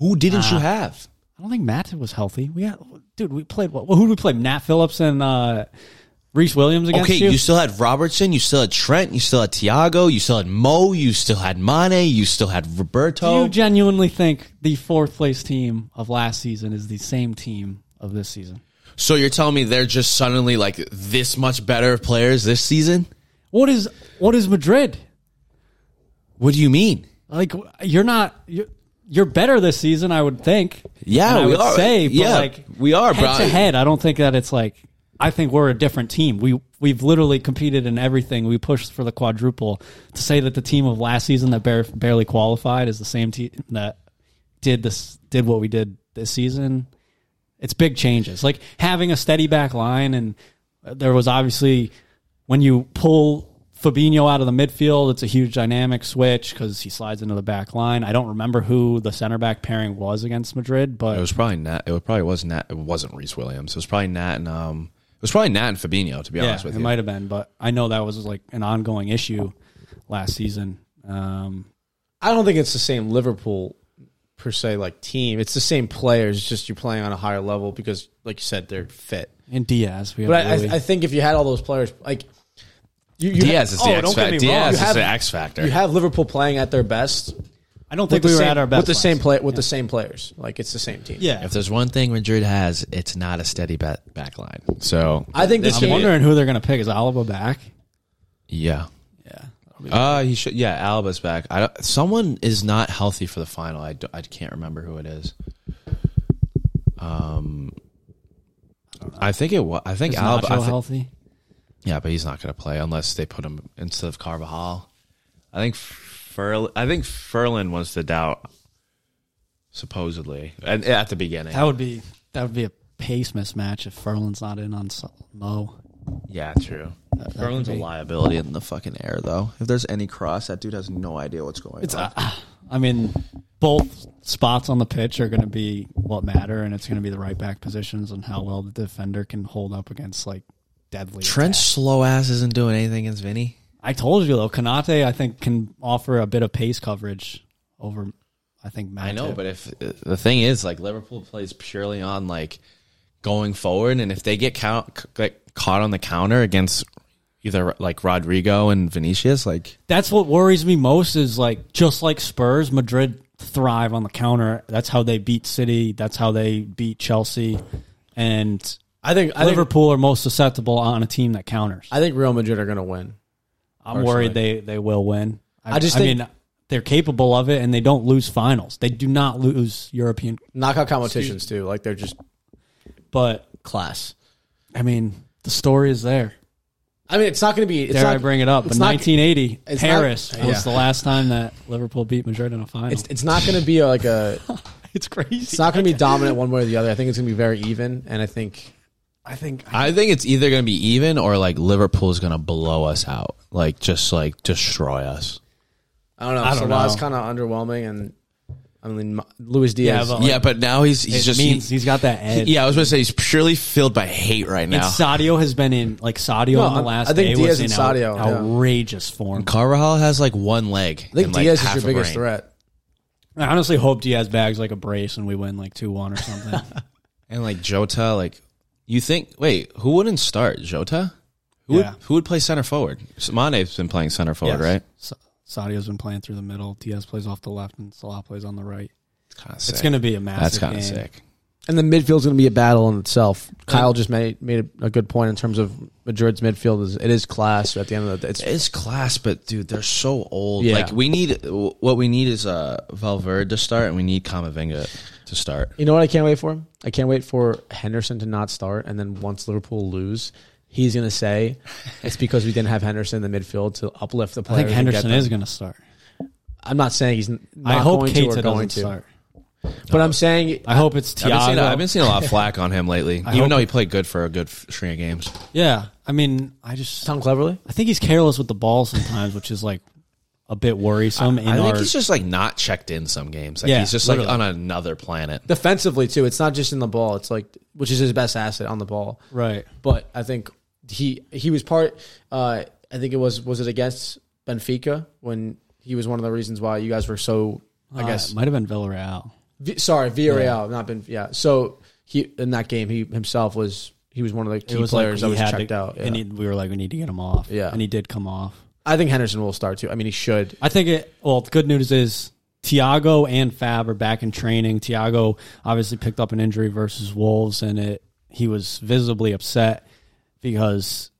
C: Who didn't you have?
B: I don't think Matt was healthy. We had, dude, we played what? Who did we play? Nat Phillips and uh, Reese Williams against
C: Okay,
B: you.
C: you? still had Robertson, you still had Trent, you still had Tiago, you still had Mo, you still had Mane, you still had
B: Do
C: Roberto.
B: you genuinely think the fourth place team of last season is the same team of this season?
C: so you're telling me they're just suddenly like this much better of players this season?
B: What is what is Madrid
C: What do you mean?
B: like? You're not you're, you're better this season, I would think.
C: Yeah,
B: And I
C: we
B: would
C: are.
B: say, but
C: Yeah,
B: like
C: we are,
B: head
C: bro.
B: to head. I don't think that it's like. I think we're a different team. We we've literally competed in everything. We pushed for the quadruple. To say that the team of last season that bare, barely qualified is the same team that did this did what we did this season. It's big changes. Like having a steady back line, and uh, there was obviously when you pull Fabinho out of the midfield, it's a huge dynamic switch because he slides into the back line. I don't remember who the center back pairing was against Madrid, but
C: It was probably Nat. It probably was Nat. It wasn't Reese Williams. It was probably Nat and um. It was probably Nat and Fabinho. To be honest with
B: it
C: you,
B: might have been, but I know that was like an ongoing issue last season. Um,
A: I don't think it's the same Liverpool per se, like team. It's the same players. It's just you're playing on a higher level because, like you said, they're fit.
B: and Diaz, we have
A: But I,
B: Rui.
A: I, I think if you had all those players, like you, you
C: Diaz is the
A: oh,
C: X
A: don't get
C: factor.
A: me wrong,
C: Diaz
A: you
C: is
A: have-
C: the X factor.
A: You have Liverpool playing at their best.
B: I don't
A: with
B: think
A: the
B: we were
A: same-
B: at our best
A: with the
B: last
A: same
B: season.
A: play with the same players. Like it's the same team.
B: Yeah,
C: If there's one thing Madrid has, it's not a steady back, back line. So
A: I think this
B: I'm
A: game.
B: wondering who they're going to pick. Is Alaba back?
C: yeah,
B: Yeah,
C: uh, he should. Yeah, Alba's back. I don't, someone is not healthy for the final. I, don't- I can't remember who it is. Um, I think it was. I think
B: is
C: Alba.
B: Nacho
C: I thi-
B: healthy?
C: yeah, but he's not going to play unless they put him instead of Carvajal. I think Furl. I think Furlan was the doubt, supposedly, and at the beginning.
B: That would be that would be a pace mismatch if Ferland's not in on Sol- Mo.
C: Yeah, true. Furlan's a liability in the fucking air, though. If there's any cross, that dude has no idea what's going on.
B: I mean, both spots on the pitch are going to be what matter, and it's going to be the right back positions and how well the defender can hold up against like deadly.
C: Trent's
B: attacks.
C: slow ass isn't doing anything against Vinny.
B: I told you though, Kanate I think can offer a bit of pace coverage over. I think Matip.
C: I know, but if uh, the thing is, like Liverpool plays purely on like going forward, and if they get count, get caught on the counter against either like Rodrigo and Vinicius. Like
B: That's what worries me most is like just like Spurs, Madrid thrive on the counter. That's how they beat City. That's how they beat Chelsea. And
A: I think I think,
B: Liverpool are most susceptible on a team that counters.
A: I think Real Madrid are going to win.
B: I'm worried they, they will win.
A: I just think-
B: mean they're capable of it and they don't lose finals. They do not lose European
A: Knockout competitions too. Like they're just
B: but
A: class.
B: I mean the story is there.
A: I mean, it's not going to be. It's
B: Dare
A: not,
B: I bring it up? But
A: it's not-
B: 1980
A: it's not-
B: Paris
A: Yeah.
B: was the last time that Liverpool beat Madrid in a final.
A: It's it's not going to be like a.
B: it's crazy.
A: It's not going to be dominant one way or the other. I think it's going to be very even, and I think
B: I think
C: I think it's either going to be even or like Liverpool's going to blow us out. Like just like destroy us.
A: I don't know.
B: I don't
A: Salah's
B: know.
A: kind of underwhelming, and I mean Luis Diaz.
B: Yeah, but-
C: yeah, but now he's he's
B: it
C: just
B: means
C: he-
B: he's got that edge.
C: yeah. I was going to say he's purely filled by hate right
B: And
C: now.
B: Sadio has been in like Sadio
A: No,
B: in the
A: I-
B: last
A: I think
B: day was
A: Diaz
B: in
A: and
B: out-
A: Sadio, yeah.
B: outrageous form.
C: Carvajal has like one leg.
A: I think Diaz is your biggest threat.
B: I honestly hope Diaz bags like a brace and we win like two one or something.
C: And like Jota, like you think? Wait, who wouldn't start Jota? Who
B: Yeah.
C: would who would play center forward? Mane's been playing center forward,
A: Yes.
C: right?
B: Sa- Sadio's been playing through the middle. Diaz plays off the left and Salah plays on the right.
C: Kinda
B: It's
C: sick.
B: going to be a
C: That's
B: massive
C: kind of
B: game.
C: sick.
A: And the midfield's going to be a battle in itself. Kyle just made made a, a good point in terms of Madrid's midfield is it is class at the end of the day. It's,
C: It's class, but dude, they're so old.
A: Yeah.
C: Like we need what we need is uh Valverde to start, and we need Kamavinga to start.
A: you know what I can't wait for? I can't wait for Henderson to not start, and then once Liverpool lose, he's going to say it's because we didn't have Henderson in the midfield to uplift the
B: I
A: player.
B: think Henderson is going to start.
A: I'm not saying he's. Not
B: I hope
A: going
B: Keita
A: to or
B: doesn't
A: going to,
B: start.
A: but I'm saying
B: I hope it's
C: I've been, seeing, I've
B: Thiago.
C: been seeing a lot of flack on him lately, even
B: hope-
C: though he played good for a good f- string of games.
B: Yeah, I mean, I just
A: Tom Cleverly.
B: I think he's careless with the ball sometimes, which is like a bit worrisome. in
C: I think
B: our-
C: he's just like not checked in some games. Like
B: Yeah,
C: he's just like on another planet.
A: defensively too. It's not just in the ball. It's like which is his best asset on the ball.
B: right.
A: But I think he he was part. Uh, I think it was was it against Benfica when he was one of the reasons why you guys were so. I
B: Uh,
A: guess
B: it might have been Villarreal.
A: v, sorry Villarreal not been yeah. So he in that game he himself was he was one of the key
B: it was like
A: players that
B: he
A: was
B: had
A: checked
B: to-
A: out.
B: and
A: yeah.
B: he, we were like, we need to get him off.
A: Yeah.
B: and he did come off.
A: I think Henderson will start too. I mean he should.
B: I think it. Well, the good news is Tiago and Fab are back in training. Tiago obviously picked up an injury versus Wolves, and it he was visibly upset because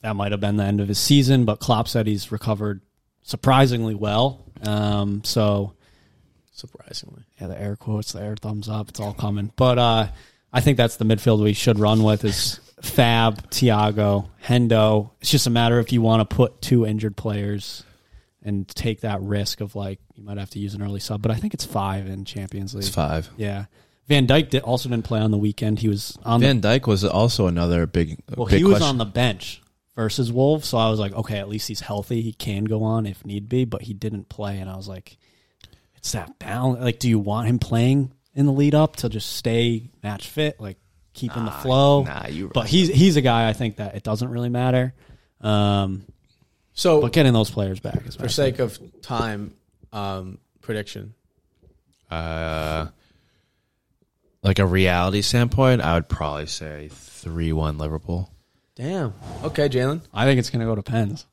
B: that might have been the end of his season. But Klopp said he's recovered surprisingly well. Um, so
A: Surprisingly,
B: yeah, the air quotes, the air thumbs up, it's all coming. But uh, I think that's the midfield we should run with is Fab, Tiago, Hendo. It's just a matter if you want to put two injured players and take that risk of like you might have to use an early sub, but I think it's five in Champions League.
C: It's five.
B: Yeah, Van Dyke did, also didn't play on the weekend. He was on
C: Van Dyke was also another big.
B: the, well,
C: big
B: he was
C: question.
B: on the bench versus Wolves, so I was like, okay, at least he's healthy. He can go on if need be, but he didn't play, and I was like, it's that balance. Like, do you want him playing in the lead up to just stay match fit, like keep in the flow?
C: nah, you-
B: But he's he's a guy I think that it doesn't really matter. Um,
A: so
B: but getting those players back is
A: for
B: massive.
A: sake of time, um, prediction.
C: Uh, like a reality standpoint, I would probably say three one Liverpool.
A: Damn. Okay, Jalen.
B: I think it's going to go to Pens,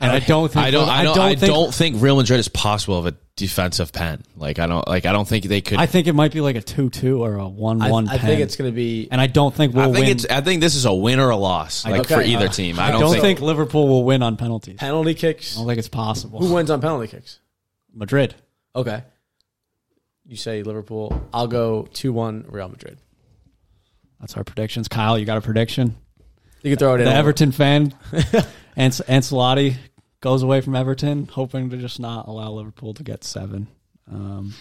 B: and I don't think
C: I don't. I don't. I
B: think,
C: don't think Real Madrid is possible of a defensive pen. Like I don't. Like I don't think they could.
B: I
C: I,
B: think it might be like a two-two or a
A: I,
B: one-one.
A: I think it's going to be.
B: and I don't think we'll
C: think
B: win.
C: it's. I think this is a win or a loss. Like
A: Okay.
C: for either
A: Uh,
C: team.
B: I don't, think, Liverpool will win on penalties. I
A: penalty kicks.
B: don't think it's possible.
A: Who wins on penalty kicks?
B: Madrid.
A: Okay. You say Liverpool. I'll go 2 1 Real Madrid.
B: That's our predictions. Kyle, you got a prediction?
A: You can throw it in.
B: The Everton fan, An- Ancelotti goes away from Everton, hoping to just not allow Liverpool to get seven. Um,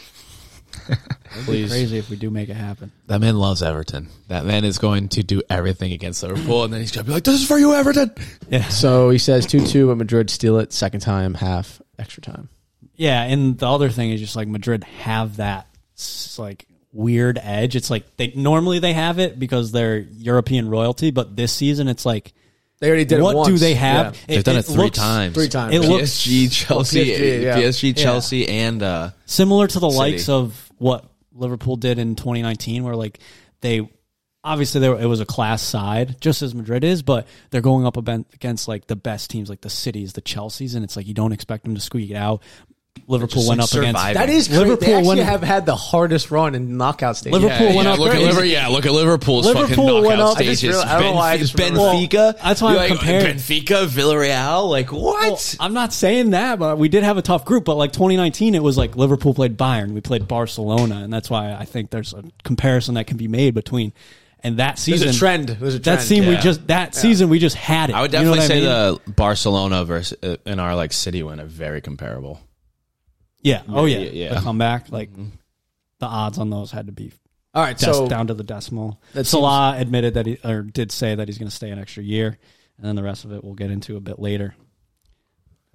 B: Please. Crazy if we do make it happen.
C: That man loves Everton. That man is going to do everything against Liverpool, and then he's gonna be like, "This is for you, Everton."
A: So he says 2 2, but Madrid steal it. Second time, half, extra time.
B: Yeah, and the other thing is just like Madrid have that s- like weird edge. It's like they normally they have it because they're European royalty, but this season it's like
A: They already did
B: what
A: it once.
B: do they have?
A: Yeah.
C: They've done it three
B: looks
C: times.
A: Three times.
B: It
A: Yeah.
B: looks
C: PSG, Chelsea,
A: PSG, yeah.
C: PSG, Chelsea, and uh,
B: similar to the likes of what Liverpool did in 2019, where like they obviously there it was a class side, just as Madrid is, but they're going up aben- against like the best teams, like the cities, the Chelseas, and it's like you don't expect them to squeak it out. Liverpool
C: just,
B: went
C: like,
B: up against
C: surviving.
A: That is crazy. Liverpool.
B: Liverpool
A: They actually
B: won-
A: have had the hardest run in knockout stages.
B: Liverpool
C: yeah,
B: went
C: yeah,
B: up
C: look at
B: crazy.
C: Liverpool. Yeah, look at Liverpool's
B: Liverpool
C: fucking knockout
B: went up- I
A: just
C: stages.
A: realized- I don't know why I just remembered-
C: Benfica.
B: Well, that's why
C: You're
B: I'm
C: like,
B: comparing.
C: Benfica, Villarreal. Like what?
B: Well, I'm not saying that, but we did have a tough group. But like 2019, it was like Liverpool played Bayern, we played Barcelona, and that's why I think there's a comparison that can be made between and that
A: There's
B: season.
A: a trend. There's a trend.
B: That season we
C: yeah.
B: just that season we just had it.
C: I would
B: You know
C: definitely
B: what
C: say
B: mean?
C: the Barcelona versus uh, in our like city win are very comparable.
B: yeah. Oh yeah,
C: yeah,
B: yeah.
C: yeah.
B: The comeback, like the odds on those had to be
A: All right,
B: des-
A: so
B: down to the decimal.
A: That
B: Salah admitted that he or did say that he's going to stay an extra year, and then the rest of it we'll get into a bit later.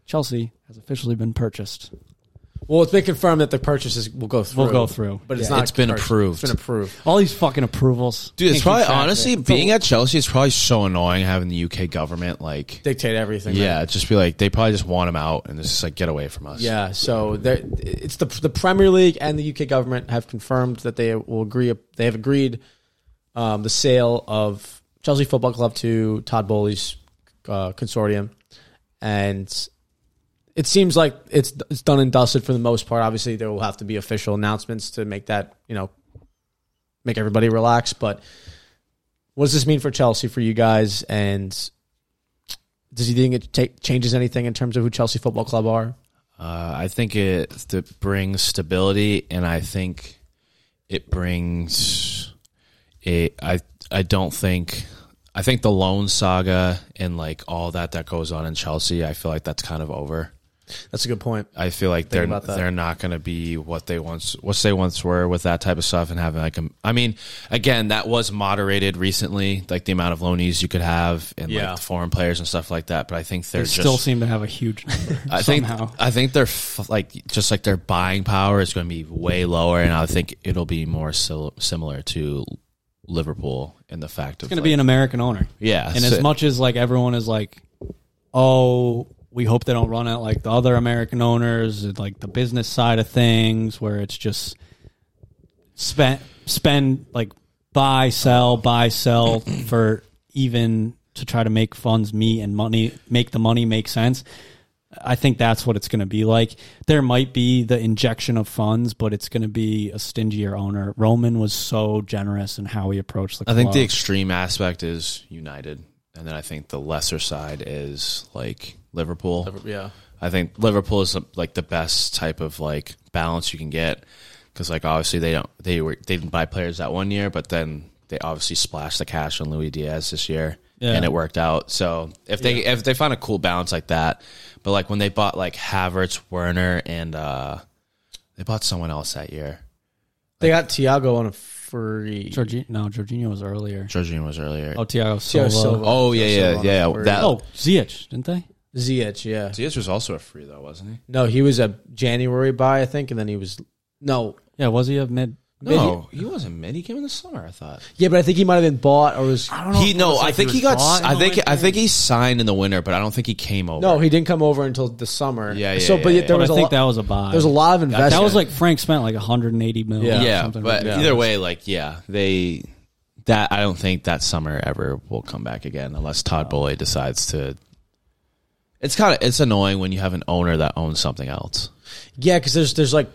B: Chelsea has officially been purchased.
A: well, it's been confirmed that the purchases will go through.
B: We'll go through.
A: but it's
C: Yeah.
A: not.
C: It's been
A: purchased.
C: approved.
A: It's been approved.
B: All these fucking approvals,
C: Dude, it's
B: Can't keep
C: probably
B: track of
C: honestly
B: it.
C: being at Chelsea. It's probably so annoying having the UK government like.
A: Dictate everything. right?
C: Yeah, just be like they probably just want him out and just like get away from us.
A: Yeah, so there- it's the the Premier League and the UK government have confirmed that they will agree. They have agreed um, the sale of Chelsea Football Club to Todd Bowley's uh, consortium, and it seems like it's it's done and dusted for the most part. Obviously, there will have to be official announcements to make that you know make everybody relax. But what does this mean for Chelsea for you guys? And does he think it ta- changes anything in terms of who Chelsea Football Club are?
C: Uh, I think it th- brings stability, and I think it brings it. I I don't think I think the loan saga and like all that that goes on in Chelsea. I feel like that's kind of over.
A: That's a good point.
C: I feel like they're
A: about that.
C: they're not going to be what they once what they once were with that type of stuff and having like a, I mean again that was moderated recently like the amount of loanees you could have and
A: Yeah.
C: like the foreign players and stuff like that but I think
B: they
C: they're just
B: still seem to have a huge number
C: I think
B: somehow.
C: I think they're f- like just like their buying power is going to be way lower and I think it'll be more sil- similar to Liverpool in the fact
B: it's
C: of
B: going to
C: like-
B: be an American owner.
C: yeah
B: And
C: so-
B: as much as like everyone is like, oh, we hope they don't run out like the other American owners, and, like the business side of things, where it's just spend spend like buy sell buy sell for even to try to make funds meet and money make the money make sense. I think that's what it's going to be like. There might be the injection of funds, but it's going to be a stingier owner. Roman was so generous in how he approached the.
C: I think the
B: club.
C: extreme aspect is United, and then I think the lesser side is like Liverpool.
A: Yeah.
C: I think Liverpool is like the best type of like balance you can get because like obviously they don't they were they didn't buy players that one year, but then they obviously splashed the cash on Louis Diaz this year.
B: Yeah.
C: And it worked out. So if they if they found a cool balance like that, but like when they bought like Havertz, Werner, and uh they bought someone else that year.
A: They got Tiago on a free.
B: Jorginho, no, Jorginho was earlier.
C: Jorginho was earlier.
B: Oh, Thiago
A: Thiago
B: Silva.
A: Silva.
C: Oh, yeah, yeah,
A: Silva on a
C: yeah.
A: free.
C: That-
B: Oh, Ziyech, didn't they?
A: Ziyech, yeah.
C: Diaz was also a free though, wasn't he?
A: No, he was a January buy, I think, and then he was no.
B: Yeah, was he a mid?
C: No, he wasn't mid. He came in the summer. I thought
A: Yeah, but I think he might have been bought or was.
B: I don't
C: he no.
B: was
C: I
B: like
C: think
B: was
C: he got.
B: gone.
C: I think I think he signed in the winter, but I don't think he came over.
A: No, he didn't come over until the summer.
C: Yeah, yeah,
A: So, but
C: yeah,
A: yet there
B: But
A: was
B: I
A: a
B: think
A: lot.
B: that was a buy.
A: there was a lot of investment.
B: That was like Frank spent like 180 million.
A: Yeah.
B: or
C: yeah,
B: something
C: but
B: like that.
C: either way, like yeah, they that I don't think that summer ever will come back again unless Todd Bowley decides to. It's kind of it's annoying when you have an owner that owns something else,
A: yeah, because there's there's like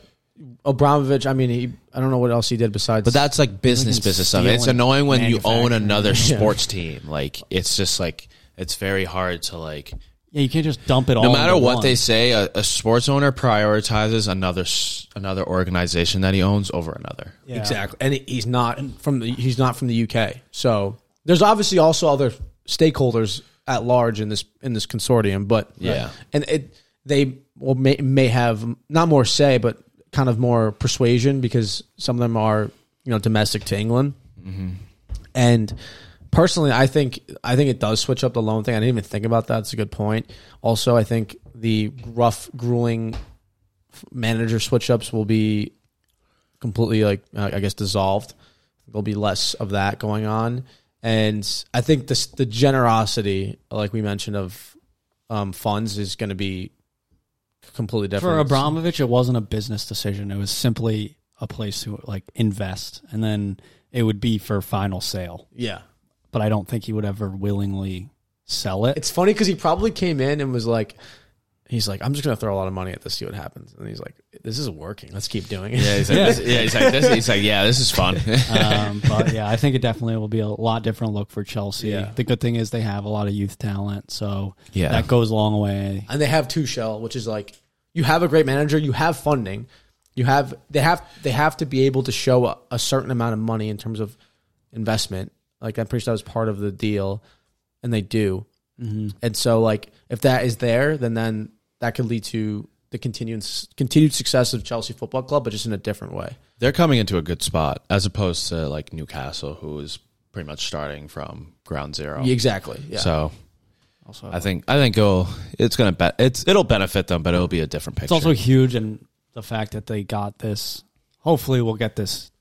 A: Abramovich. I mean, he. I don't know what else he did besides.
C: but that's like business
B: Lincoln
C: business stuff. It's
B: stealing
C: annoying when you own
B: manufacturing.
C: another sports team. Like it's just like it's very hard to like
B: yeah, you can't just dump it all.
C: no matter
B: into
C: what
B: one.
C: they say, a, a sports owner prioritizes another s- another organization that he owns over another.
B: Yeah.
A: exactly, and he- he's not from the he's not from the UK. So there's obviously also other stakeholders at large in this in this consortium, but
C: Yeah.
A: and it they will may, may have not more say, but kind of more persuasion because some of them are you know domestic to England, and personally, I think I think it does switch up the loan thing. I didn't even think about that. It's a good point. Also, I think the rough, grueling manager switch ups will be completely like uh, I guess dissolved. There'll be less of that going on, and I think this the generosity, like we mentioned, of um, funds is going to be completely different.
B: for Abramovich, it wasn't a business decision. It was simply a place to like invest, and then it would be for final sale.
A: Yeah.
B: But I don't think he would ever willingly sell it.
A: It's funny because he probably came in and was like, he's like, I'm just gonna throw a lot of money at this, see what happens. And he's like, this is working. Let's keep doing it.
C: Yeah, Uh, he's like,
B: Yeah.
C: This, yeah, he's like, this, he's like, yeah, this is fun.
B: um, but yeah, I think it definitely will be a lot different look for Chelsea.
A: Yeah.
B: The good thing is they have a lot of youth talent, so
C: Yeah.
B: that goes a long way.
A: And they have two shell, which is like, you have a great manager, you have funding, you have they have they have to be able to show a, a certain amount of money in terms of investment. Like I'm pretty sure that was part of the deal, and they do.
B: Mm-hmm.
A: And so like if that is there, then then that could lead to the continued continued success of Chelsea Football Club, but just in a different way.
C: They're coming into a good spot as opposed to like Newcastle, who is pretty much starting from ground zero.
B: Oh.
A: Exactly. Yeah.
C: So
B: Also,
C: I think I think it'll it's gonna be, it's it'll benefit them, but it'll be a different
B: it's
C: picture.
B: also huge, and the fact that they got this. Hopefully, we'll get this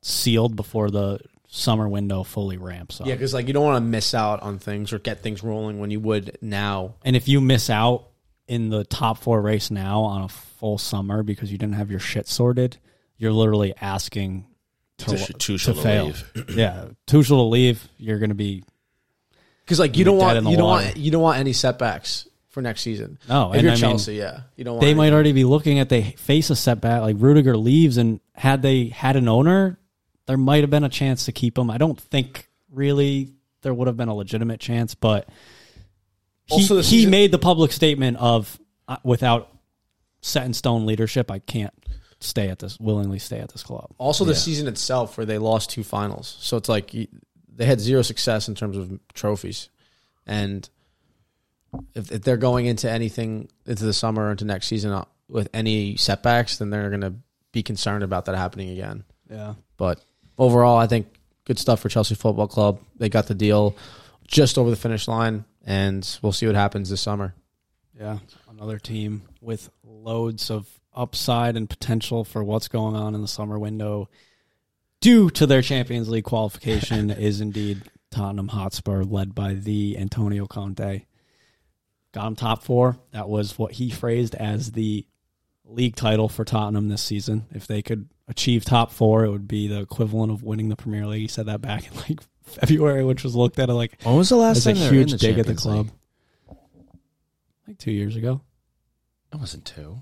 B: sealed before the summer window fully ramps up.
A: Yeah, because like you don't want to miss out on things or get things rolling when you would now.
B: And if you miss out in the top four race now on a full summer because you didn't have your shit sorted, you're literally asking to,
C: To-
B: to,
C: Tuchel to
B: fail. yeah, Tuchel to leave. You're going to be
A: Because like you
B: You're
A: don't
B: dead
A: want
B: in the
A: you don't
B: water.
A: want you don't want any setbacks for next season.
B: No,
A: if
B: Oh, and
A: you're
B: I mean,
A: Chelsea, yeah, you don't. Want
B: they
A: any-
B: might already be looking at they face a setback. Like Rudiger leaves, and had they had an owner, there might have been a chance to keep him. I don't think really there would have been a legitimate chance, but he,
A: Also, this
B: he
A: season-
B: made the public statement of uh, without set in stone leadership, I can't stay at this willingly stay at this club.
A: also the season itself where they lost two finals, so it's like you- they had zero success in terms of trophies, and if, if they're going into anything into the summer or into next season uh, with any setbacks, then they're going to be concerned about that happening again.
B: Yeah,
A: But overall, I think good stuff for Chelsea Football Club. They got the deal just over the finish line, and we'll see what happens this summer.
B: yeah. Another team with loads of upside and potential for what's going on in the summer window due to their Champions League qualification is indeed Tottenham Hotspur, led by the Antonio Conte. Got him top four. That was what he phrased as the league title for Tottenham this season. If they could achieve top four, it would be the equivalent of winning the Premier League. He said that back in like February, which was looked at like
C: When was the last
B: as a
C: time they were in
B: huge
C: the
B: dig at the
C: Champions
B: club.
C: League?
B: Like two years ago.
C: It wasn't two.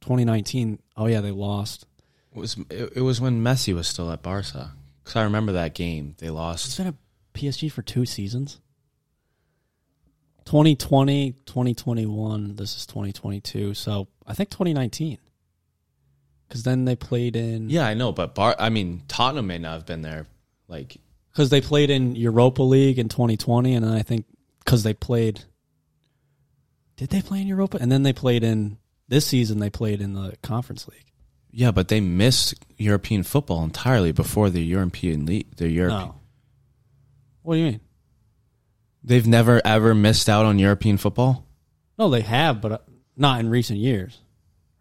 B: 2019. Oh yeah, they lost.
C: It was it, it was when Messi was still at Barca because I remember that game they
B: He's
C: lost.
B: been at PSG for two seasons. 2020, 2021. This is 2022. So I think 2019. Because then they played in.
C: Yeah, I know, but Bar I mean Tottenham may not have been there. Like
B: Because they played in Europa League in 2020, and then I think because they played. Did they play in Europa? And then they played in this season. They played in the Conference League.
C: yeah, but they missed European football entirely before the European league. The European
B: No. What do you mean?
C: they've never ever missed out on European football.
B: No, they have, but uh, not in recent years.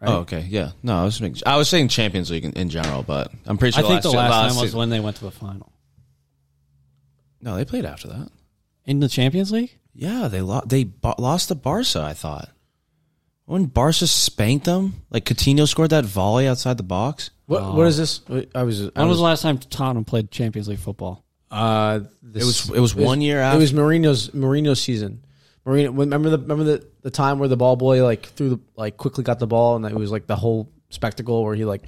B: Right?
C: Oh, okay. Yeah. No, I was making, I was saying Champions League in, in general, but I'm pretty
B: I
C: sure
B: think the last, time was
C: se-
B: when they went to the final
C: No, they played after that.
B: in the Champions League.
C: Yeah, they lost. They bo- lost to Barca. I thought when Barca spanked them, like Coutinho scored that volley outside the box.
A: What What is this? Uh, I was. I
B: When was the last time Tottenham played Champions League football?
A: Uh, this,
C: It was it was one year after.
A: It was Mourinho's Mourinho's season. Mourinho, remember the remember the, the time where the ball boy like threw the like quickly got the ball and it was like the whole spectacle where he like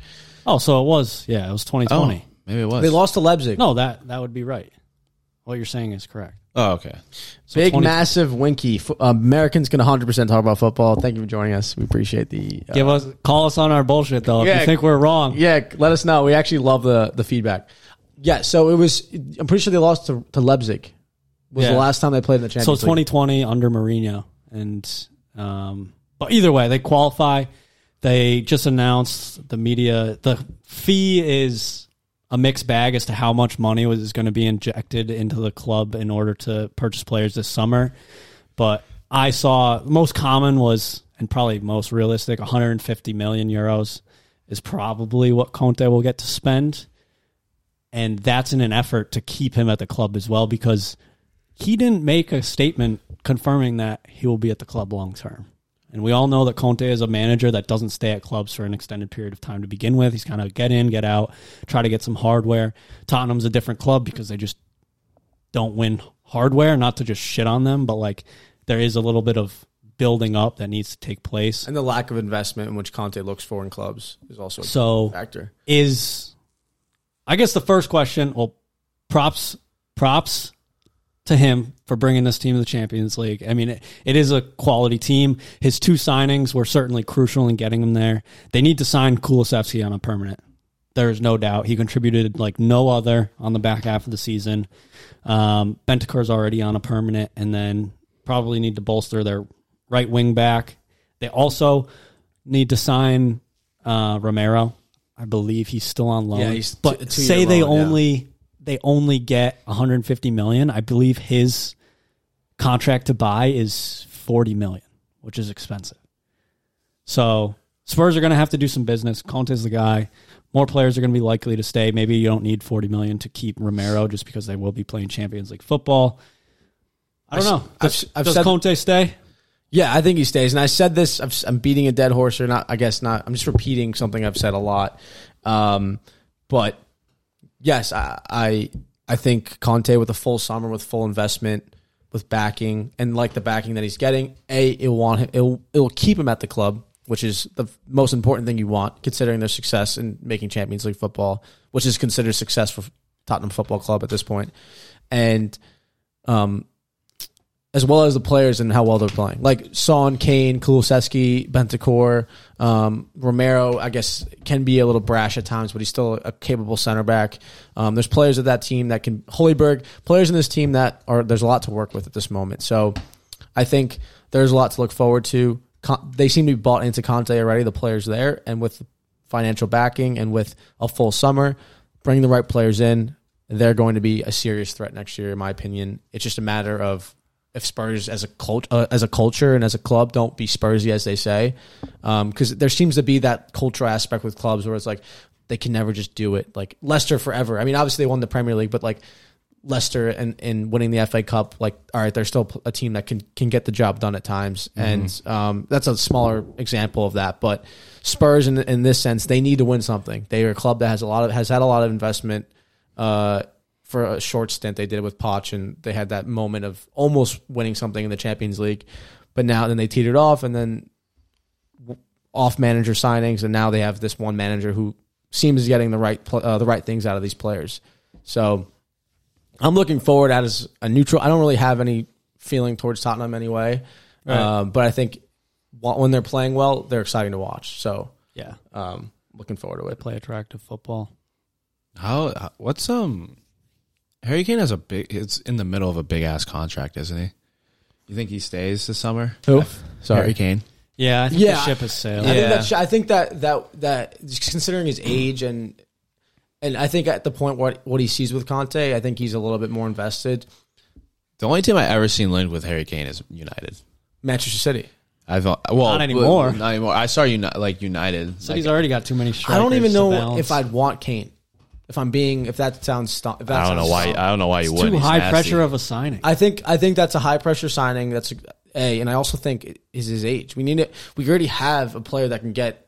B: Oh, so it was. Yeah, it was
C: oh,
B: 2020.
C: maybe it was.
A: they lost to Leipzig.
B: No, that that would be right. What you're saying is correct.
C: Oh, okay.
B: So
A: Big
B: 20
A: massive winky. F- uh, Americans can 100 percent talk about football. Thank you for joining us. We appreciate the. Uh,
B: Give us call us on our bullshit though. if
A: Yeah.
B: you think we're wrong,
A: yeah, let us know. We actually love the the feedback. Yeah, so it was. I'm pretty sure they lost to, to Leipzig. Was
B: Yeah.
A: the last time they played in the Champions
B: so
A: League.
B: 2020 under Mourinho, and um, but either way, they qualify. They just announced the media. The fee is a mixed bag as to how much money was is going to be injected into the club in order to purchase players this summer. But I saw most common was and probably most realistic 150 million euros is probably what Conte will get to spend. And that's in an effort to keep him at the club as well because he didn't make a statement confirming that he will be at the club long term. And we all know that Conte is a manager that doesn't stay at clubs for an extended period of time to begin with. He's kind of get in, get out, try to get some hardware. Tottenham's a different club because they just don't win hardware, not to just shit on them, but like there is a little bit of building up that needs to take place.
A: And the lack of investment in which Conte looks for in clubs is also a
B: So
A: factor.
B: is I guess the first question, well, props props to him for bringing this team to the Champions League. I mean, it, it is a quality team. His two signings were certainly crucial in getting him there. They need to sign Kulisevsky on a permanent. There is no doubt he contributed like no other on the back half of the season. Um, Bentancur's already on a permanent, and then probably need to bolster their right wing back. They also need to sign uh, Romero. I believe he's still on loan.
A: Yeah, he's t-
B: but
A: a two-year
B: say they
A: loan, yeah.
B: only they only get 150 million. I believe his contract to buy is 40 million, which is expensive. So Spurs are going to have to do some business. Conte's the guy. More players are going to be likely to stay. Maybe you don't need 40 million to keep Romero just because they will be playing Champions League football. I don't
A: I've-
B: know. Does,
A: I've- I've
B: does
A: said-
B: Conte stay?
A: Yeah, I think he stays. And I said this. I've, I'm beating a dead horse, or not? I guess not. I'm just repeating something I've said a lot. Um, but yes, I, I I think Conte with a full summer, with full investment, with backing, and like the backing that he's getting, a it'll want him. It'll it'll keep him at the club, which is the f- most important thing you want, considering their success in making Champions League football, which is considered success for Tottenham Football Club at this point, and um, as well as the players and how well they're playing. Like Son, Kane, Kulusevski, Bentancur, um, Romero, I guess, can be a little brash at times, but he's still a capable center back. Um, there's players of that team that can, Holyberg, players in this team that are, there's a lot to work with at this moment. So I think there's a lot to look forward to. Con- they seem to be bought into Conte already, the players there, and with financial backing and with a full summer, bring the right players in. They're going to be a serious threat next year, in my opinion. It's just a matter of if Spurs as a cult uh, as a culture and as a club don't be Spursy as they say, because there seems to be that cultural aspect with clubs where it's like they can never just do it. Like Leicester forever. I mean, obviously they won the Premier League, but like Leicester and, and winning the FA Cup, like all right, they're still a team that can can get the job done at times, and um, that's a smaller example of that. But Spurs, in in this sense, they need to win something. They are a club that has a lot of has had a lot of investment. Uh, for a short stint, they did it with Poch, and they had that moment of almost winning something in the Champions League, but now then they teetered off, and then off manager signings, and now they have this one manager who seems getting the right pl- uh, the right things out of these players. So I'm looking forward as a neutral. I don't really have any feeling towards Tottenham anyway,
B: Uh,
A: um, but I think wh- when they're playing well, they're exciting to watch. So
B: Yeah.
A: um, looking forward to it.
B: Play attractive football.
C: How? how- What's um? Harry Kane has a big. It's in the middle of a big ass contract, isn't he? You think he stays this summer?
A: Who?
C: Harry
A: Sorry.
C: Kane.
B: Yeah, I think
A: Yeah.
B: the ship has sailed.
A: I
C: Yeah.
A: think that sh- I think that that that considering his age and and I think at the point what what he sees with Conte, I think he's a little bit more invested.
C: The only team I ever seen linked with Harry Kane is United.
A: Manchester City.
C: I've well but-
B: anymore.
C: Not anymore. I saw you like United.
B: So
C: Like,
B: he's already got too many
A: I
B: strikers.
A: don't even
B: to
A: know
B: balance.
A: if I'd want Kane. If I'm being, if that sounds, stomp, if that
C: I don't know
A: sounds
C: why.
A: stomp-
C: I don't know why you would.
B: too high pressure of a signing.
A: I think I think that's a high pressure signing. That's a, a, and I also think it is his age. We need it. We already have a player that can get.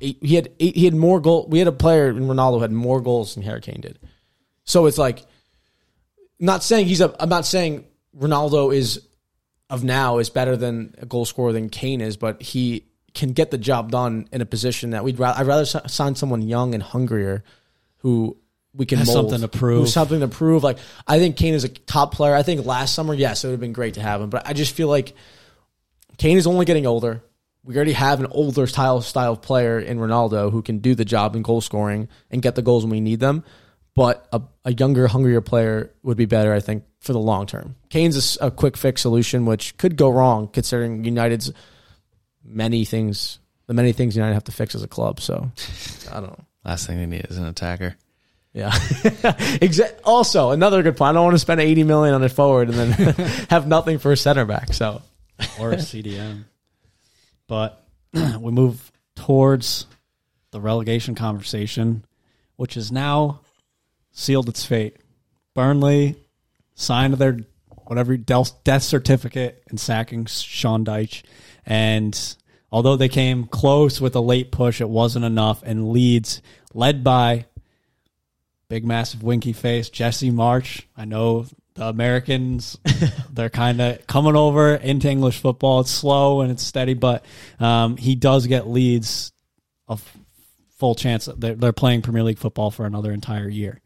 A: Eight, he had eight, he had more goal. We had a player in Ronaldo who had more goals than Harry Kane did. So it's like, not saying he's a. I'm not saying Ronaldo is of now is better than a goal scorer than Kane is, but he can get the job done in a position that we'd rather. I'd rather si- sign someone young and hungrier, who we can
B: Has
A: mold,
B: something to prove.
A: who's something to prove. Like I think Kane is a top player. I think last summer, yes, it would have been great to have him, but I just feel like Kane is only getting older. We already have an older style style player in Ronaldo who can do the job in goal scoring and get the goals when we need them. But a, a younger, hungrier player would be better, I think, for the long term. Kane's a s- a, quick fix solution, which could go wrong considering United's many things, the many things United have to fix as a club. So I don't know.
C: Last thing they need is an attacker.
A: Yeah. Exa- also, another good point. I don't want to spend 80 million on a forward and then have nothing for a center back. So
B: or a CDM. But we move towards the relegation conversation, which has now sealed its fate. Burnley signed their whatever Del- death certificate and sacking Sean Deitch. And although they came close with a late push, it wasn't enough. And Leeds, led by big, massive, winky face Jesse March. I know the Americans, they're kind of coming over into English football. It's slow and it's steady, but um, he does get Leeds a f- full chance. that They're, they're playing Premier League football for another entire year.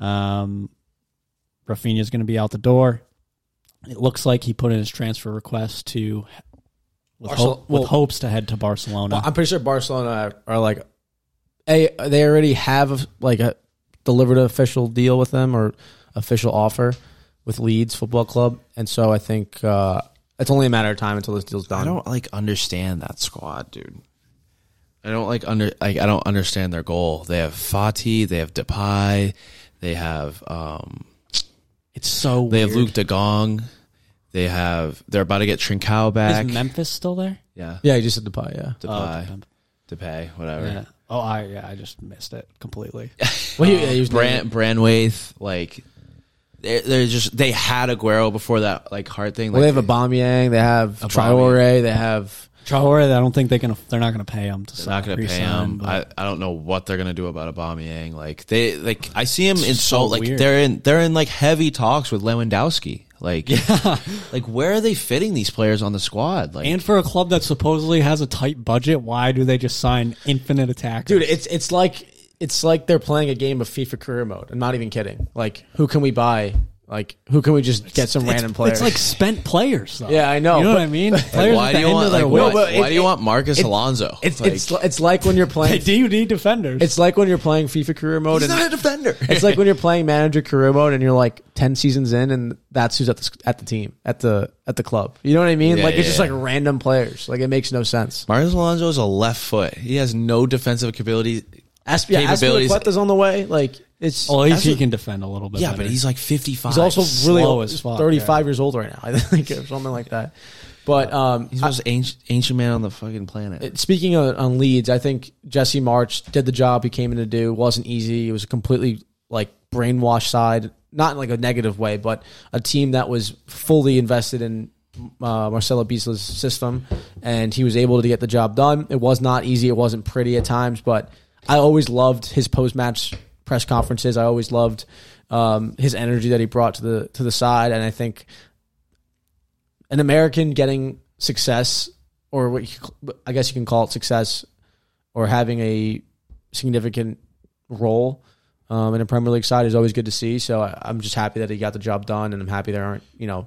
B: Um, Rafinha's going to be out the door. It looks like he put in his transfer request to with,
A: Barcel-
B: hope, with
A: well-
B: hopes to head to Barcelona.
A: Well, I'm pretty sure Barcelona are like, hey, they already have like a delivered an official deal with them or official offer with Leeds Football Club, and so I think uh, it's only a matter of time until this deal's
C: I
A: done.
C: don't like understand that squad, dude. I don't like under like I don't understand their goal. They have Fati, they have Depay, they have um
B: it's so
C: they
B: weird.
C: have Luke De Gong, they have they're about to get Trincao back.
B: Is Memphis still there?
C: yeah.
A: yeah, you just said the pie. Yeah,
C: Depay,
B: Oh,
C: Depay, whatever.
B: yeah. Oh, I yeah, I just missed it completely.
A: well, he- yeah, he was
C: Brand Brandwaith, Um, like they they're just they had Aguero before that like heart thing.
A: Well,
C: like,
A: they have a Bombyang, they have Traore, they have
B: Traore, I don't think they can. They're not going to pay him. To
C: They're not going to pay him. I, I don't know what they're going to do about Aubameyang. Like they like I see him in
B: so
C: so like
B: weird.
C: they're in they're in like heavy talks with Lewandowski. Like like where are they fitting these players on the squad? Like
B: and for a club that supposedly has a tight budget, why do they just sign infinite attackers?
A: dude. It's it's like it's like they're playing a game of FIFA career mode. I'm not even kidding. Like, who can we buy? Like, who can we just get some random players?
B: it's like spent players. Though.
A: Yeah, I know,
B: You know
A: but-
B: what I mean?
C: like,
B: Players
C: why do
B: at the
C: you
B: end
C: want
B: of their
C: like
B: will.
C: why,
A: will, but
C: why
A: it-
C: do you want Marcus
A: it-
C: Alonso?
A: it's
C: Like,
A: it's it's like when you're
B: They
A: playing.
B: do need defenders.
A: It's like when you're playing FIFA career mode.
C: he's
A: and
C: not a defender.
A: it's like when you're playing manager career mode and you're like 10 seasons in and that's who's at the, at the team at the at the club you know what i mean
C: Yeah,
A: like it's
C: yeah,
A: just like
C: yeah.
A: random players like it makes no sense
C: Marcus Alonso is a left foot. He has no defensive capability.
A: Asp- yeah,
C: Capabilities- Oh,
A: Aspilicueta's on the way like it's
B: well, at least
C: that's
B: he
C: what-
B: can defend a little bit.
C: Yeah,
B: better.
C: but he's like fifty five.
A: he's also really
B: slow
A: old,
B: as
A: he's
B: fuck,
A: 35 years old right now i think or something like that but um
C: he's the most ancient, ancient man on the fucking planet.
A: speaking on, on Leeds, I think Jesse March did the job he came in to do. It wasn't easy. It was a completely like brainwashed side, not in like a negative way, but a team that was fully invested in uh, Marcelo Bielsa's system, and he was able to get the job done. It was not easy. It wasn't pretty at times, but I always loved his post match press conferences. I always loved um, his energy that he brought to the to the side, and I think an American getting success, or what you, I guess you can call it success, or having a significant role um, in a Premier League side is always good to see. So I, I'm just happy that he got the job done, and I'm happy there aren't you know,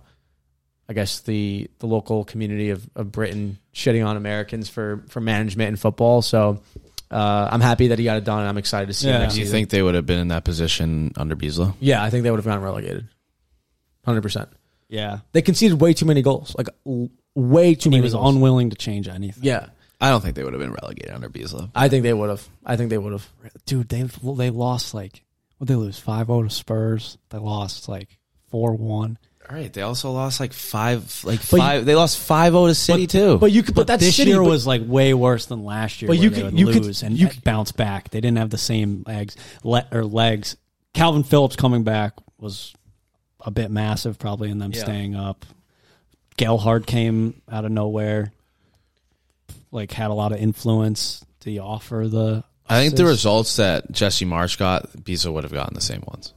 A: I guess the the local community of, of Britain shitting on Americans for for management in football. So uh, I'm happy that he got it done, and I'm excited to see
B: Yeah.
A: him next
C: do you
A: season.
C: think they would have been in that position under Beasley?
A: yeah, I think they would have gotten relegated, hundred percent.
B: yeah,
A: They conceded way too many goals, like l- way too
B: and he
A: many.
B: was
A: goals.
B: unwilling to change anything.
A: yeah.
C: I don't think they would have been relegated under Beasley.
A: I think they would have. I think they would have.
B: dude, they they lost like what they lose five zero to Spurs. They lost like four one.
C: All right. They also lost like five, like
A: But you-
C: five. they lost five zero to City too.
A: But you could. But, that's
B: this
A: City,
B: year
A: but-
B: was like way worse than last year.
A: But
B: where
A: you
B: they
A: could-
B: would
A: you could-
B: lose and
A: you
B: bounce back. They didn't have the same legs le- or legs. Calvin Phillips coming back was a bit massive, probably in them
A: Yeah.
B: staying up. Gelhard came out of nowhere, like had a lot of influence. Did he offer the?
C: I think the
B: assist?
C: results that Jesse Marsh got, Beasley would have gotten the same ones.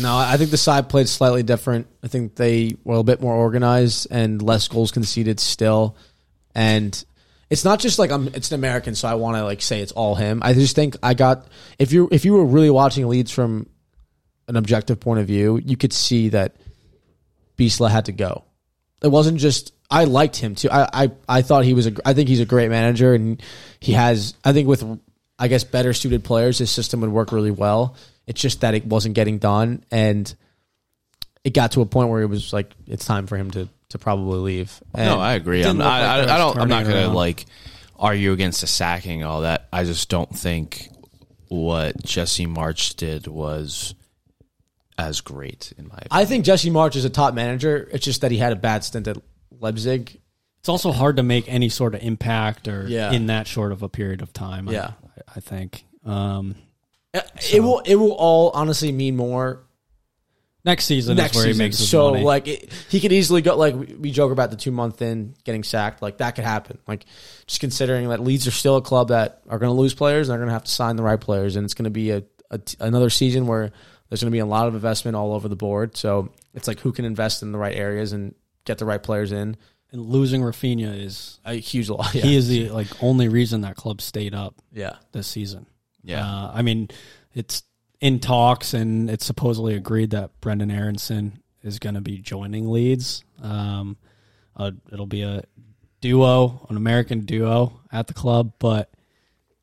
A: no. I think the side played slightly different. I think they were a bit more organized and less goals conceded still. And it's not just like I'm. It's an American, so I want to like say it's all him. I just think I got. If you if you were really watching leads from an objective point of view, you could see that Bisla had to go. It wasn't just I liked him too. I I, I thought he was a. I think he's a great manager, and he has. I think with I guess better suited players, his system would work really well. It's just that it wasn't getting done, and it got to a point where it was like it's time for him to to probably leave. And
C: no, I agree.
B: didn't
C: I'm,
B: look
C: I,
B: like
C: I,
B: they
C: I
B: was
C: don't. I'm not
B: turning it
C: going to
B: around.
C: like argue against the sacking and all that. I just don't think what Jesse March did was as great in my. opinion.
A: I think Jesse March is a top manager. It's just that he had a bad stint at Leipzig.
B: It's also hard to make any sort of impact or
A: Yeah.
B: in that short of a period of time. I-
A: Yeah.
B: I, I think. Um,
A: It will it will all honestly mean more
B: Next season
A: next
B: is where
A: season.
B: he makes his
A: so
B: money.
A: like it, he could easily go like we- we joke about the two month in getting sacked. Like that could happen. Like just considering that Leeds are still a club that are going to lose players and they're going to have to sign the right players, and it's going to be a, a t- another season where there's going to be a lot of investment all over the board. So it's like who can invest in the right areas and get the right players in.
B: and losing Rafinha is
A: A huge lot.
B: he is the like only reason that club stayed up
A: yeah.
B: this season.
C: Yeah.
B: Uh, I mean, it's in talks, and it's supposedly agreed that Brendan Aronson is going to be joining Leeds. Um, uh, it'll be a duo, an American duo at the club, but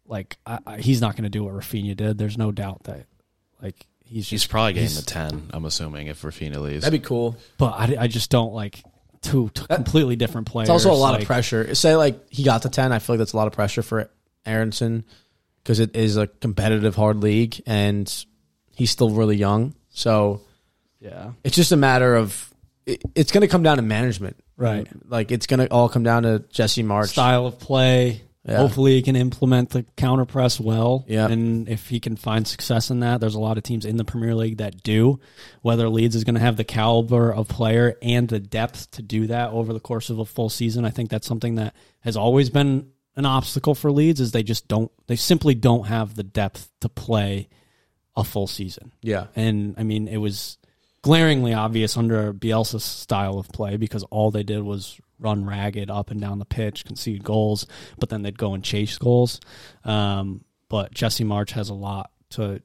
B: like I, I, he's not going to do what Rafinha did. There's no doubt that like he's
C: He's
B: just.
C: probably getting
B: He's-
C: the ten. I'm assuming if Rafina leaves.
A: That'd be cool.
B: but I, I just don't like two, two completely different players.
A: It's also a lot
B: like-
A: of pressure. Say like he got to ten, I feel like that's a lot of pressure for Aronson because it is a competitive hard league and he's still really young. So
B: Yeah,
A: it's just a matter of it, it's going to come down to management,
B: Right.
A: Like it's going to all come down to Jesse March.
B: style of play.
A: Yeah.
B: Hopefully, he can implement the counter press well.
A: Yeah.
B: And if he can find success in that, there's a lot of teams in the Premier League that do. Whether Leeds is going to have the caliber of player and the depth to do that over the course of a full season, I think that's something that has always been an obstacle for Leeds is they just don't they simply don't have the depth to play a full season.
A: Yeah,
B: And I mean, it was glaringly obvious under Bielsa's style of play because all they did was run ragged up and down the pitch, concede goals, but then they'd go and chase goals. Um, but Jesse March has a lot to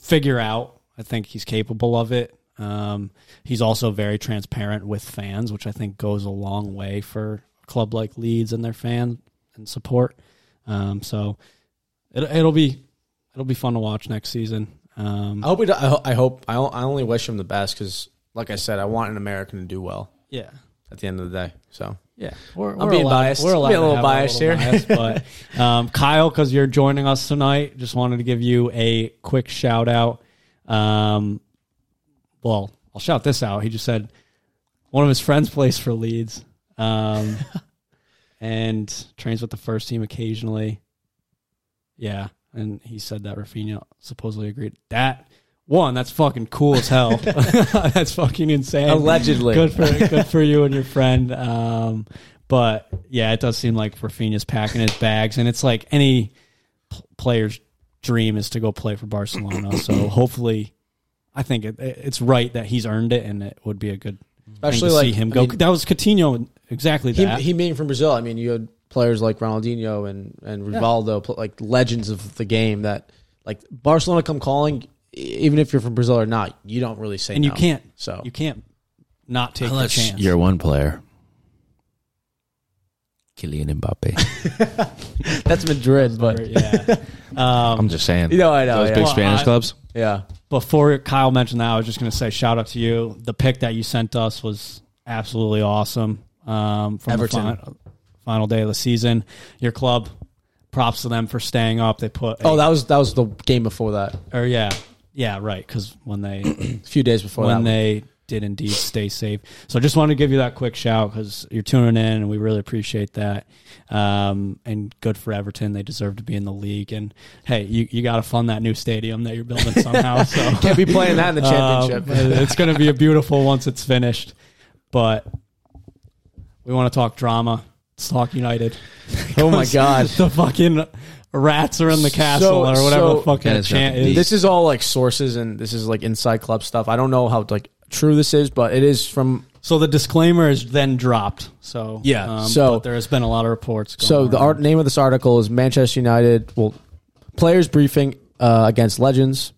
B: figure out. I think he's capable of it. Um, he's also very transparent with fans, which I think goes a long way for a club like Leeds and their fan and support. Um, so it, it'll be it'll be fun to watch next season. Um,
A: I hope. It, I, ho- I hope. I, o- I only wish him the best because, like I said, I want an American to do well
B: Yeah.
A: at the end of the day. So
B: Yeah, we're,
A: I'm being biased.
B: We're
A: I'm
B: allowed
A: being a little
B: to have
A: biased here.
B: bias, but um, Kyle, because you're joining us tonight, just wanted to give you a quick shout out. Um, well, I'll shout this out. He just said one of his friends plays for Leeds, um, and trains with the first team occasionally. Yeah, and he said that Rafinha supposedly agreed. That one, that's fucking cool as hell. that's fucking insane
A: allegedly,
B: good for good for you and your friend. Um, but yeah, it does seem like Rafinha's packing his bags, and it's like any p- player's dream is to go play for Barcelona. so hopefully, I think it, it- it's right that he's eard it, and it would be a good
A: especially
B: thing to
A: like
B: see him go.
A: I mean,
B: that was Coutinho, exactly
A: he,
B: that.
A: he being from Brazil, I mean, you had players like Ronaldinho and and Rivaldo, pl- like legends of the game. That like Barcelona come calling, e- even if you're from Brazil or not, you don't really say.
B: and you
A: no.
B: can't,
A: So
B: you can't not take the
C: Unless
B: chance.
C: you're one player. Kylian Mbappe.
A: that's Madrid, but
B: yeah. Um,
C: I'm just saying.
A: you know, I know.
C: those
A: Yeah.
C: big
B: Well,
C: Spanish
B: I-
C: clubs.
A: yeah.
B: before Kyle mentioned that, I was just going to say shout out to you. The pick that you sent us was absolutely awesome. Um, from
A: Everton.
B: the final, final day of the season, your club. Props to them for staying up. They put
A: Oh, that was that was the game before that.
B: or yeah, yeah, right. Because when they
A: A few days before
B: when
A: that.
B: they did indeed stay safe. So just wanted to give you that quick shout because you're tuning in and we really appreciate that. Um, and good for Everton. They deserve to be in the league. And hey, you, you got to fund that new stadium that you're building somehow. So
A: Can't be playing that in the championship.
B: um, it- it's going to be a beautiful once it's finished. But we want to talk drama. Let's talk United.
A: oh my god.
B: the fucking rats are in the castle
A: So-
B: or whatever
A: so-
B: the fucking
C: That is nothing
B: chant
C: to
B: is.
C: beat.
A: This is all like sources and this is like inside club stuff. I don't know how like true this is, but it is from
B: So the disclaimer is then dropped. So um,
A: Yeah, so-
B: but there has been a lot of reports. Going
A: So the
B: around.
A: art, name of this article is Manchester United. Well, players briefing uh, against legends,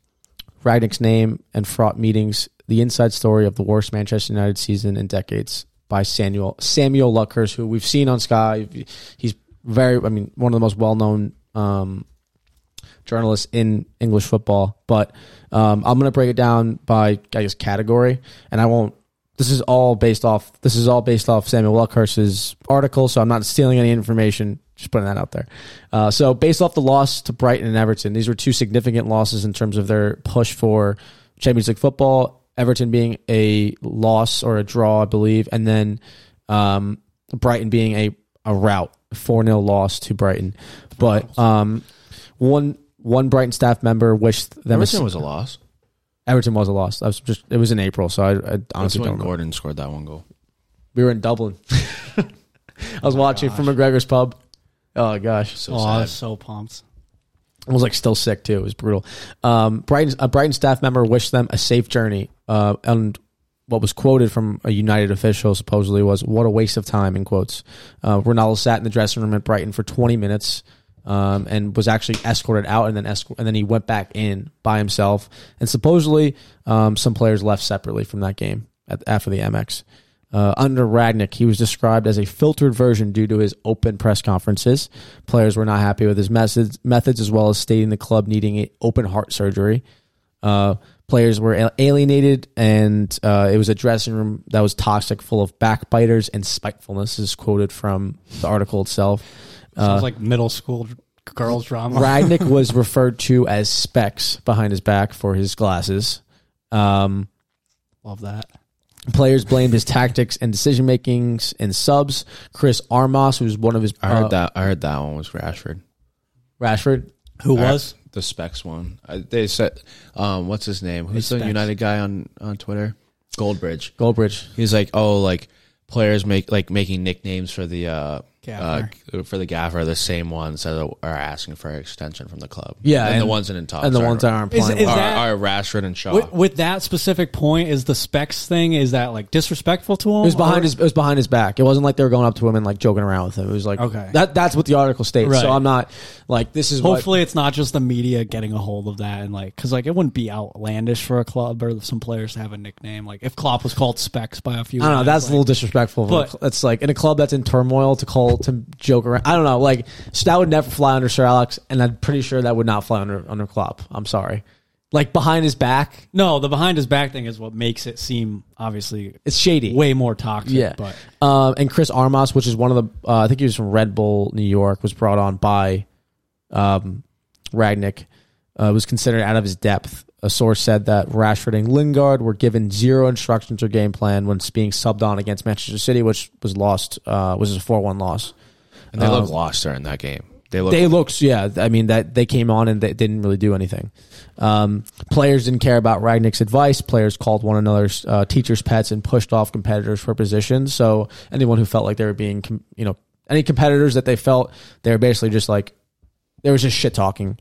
A: Ragnick's name and fraught meetings. The inside story of the worst Manchester United season in decades by Samuel Samuel Luckhurst, who we've seen on Sky. He's very, I mean, one of the most well known um, journalists in English football. But um, I'm going to break it down by I guess category, and I won't. This is all based off. This is all based off Samuel Luckhurst's article, so I'm not stealing any information. Just putting that out there. Uh, so based off the loss to Brighton and Everton, these were two significant losses in terms of their push for Champions League football. Everton being a loss or a draw, I believe, and then um, Brighton being a a rout four 0 loss to Brighton. But um, one one Brighton staff member wished them a,
C: Everton was a loss.
A: Everton was a loss. I was just it was in April, so I, I
C: That's
A: honestly
C: when
A: don't know.
C: Gordon scored that one goal.
A: We were in Dublin. I was watching from McGregor's pub. Oh gosh,
C: So
B: Oh, I was
C: sad.
B: so pumped.
A: I was like still sick too. It was brutal. Um, Brighton, a Brighton staff member wished them a safe journey. Uh, and what was quoted from a United official supposedly was, "What a waste of time." In quotes, uh, Ronaldo sat in the dressing room at Brighton for 20 minutes. Um, and was actually escorted out, and then escort, and then he went back in by himself. And supposedly, um, some players left separately from that game at, after the MX. Uh, under Ragnick, he was described as a filtered version due to his open press conferences. Players were not happy with his methods, methods as well as stating the club needing a open heart surgery. Uh, players were al- alienated, and uh, it was a dressing room that was toxic, full of backbiters and spitefulness, is quoted from the article itself. Uh,
B: Sounds like middle school dr- girls drama.
A: Ragnick was referred to as Specs behind his back for his glasses. Um,
B: Love that.
A: Players blamed his tactics and decision makings and subs. Chris Armas, who's one of his
C: I heard
A: uh,
C: that. I heard that one was Rashford.
A: Rashford,
B: Who
C: Ar-
B: was?
C: the Specs one? I, they said, um, what's his name? Who's the
B: Specs.
C: United guy on on Twitter? Goldbridge.
A: Goldbridge.
C: He's like, oh, like players make like making nicknames for the uh,
B: Gaffer.
C: uh for the gaffer, the same ones that are asking for an extension from the club.
A: Yeah,
C: and, the
A: and-
C: ones that in top
A: and the ones that aren't
B: Is-
A: playing.
B: is
A: well.
C: are,
B: that-
C: are Rashford and Shaw.
B: With, with that specific point, is the specs thing? Is that like disrespectful to him?
A: it was behind
B: or-
A: his. It was behind his back. It wasn't like they were going up to him and like joking around with him. It was like
B: Okay.
A: That that's what the article states.
B: Right.
A: So I'm not like this is what-
B: Hopefully, it's not just the media getting a hold of that and like, because like it wouldn't be outlandish for a club or some players to have a nickname. Like if Klopp was called Specs by a few,
A: I don't know.
B: guys,
A: That's a
B: like,
A: little disrespectful. of a
B: But-
A: cl- That's like in a club that's in turmoil to call to joke around. I don't know. Like so that would never fly under Sir Alex, and I'm pretty sure that would not fly under under Klopp. I'm sorry. Like behind his back,
B: no. The behind his back thing is what makes it seem obviously
A: it's shady.
B: way more toxic.
A: Yeah.
B: but
A: Um, and Chris Armas, which is one of the, uh, I think he was from Red Bull, New York, was brought on by um, Ragnick, uh, was considered out of his depth. A source said that Rashford and Lingard were given zero instructions or game plan when being subbed on against Manchester City, which was lost, uh, was a 4 1 loss.
C: and they look
A: um,
C: lost during that game. They look
A: They looked, yeah, I mean, that they came on and they didn't really do anything. Um, players didn't care about Ragnick's advice. Players called one another's uh, teachers' pets and pushed off competitors for positions. So anyone who felt like they were being, com- you know, any competitors that they felt they were basically just like there was just shit talking.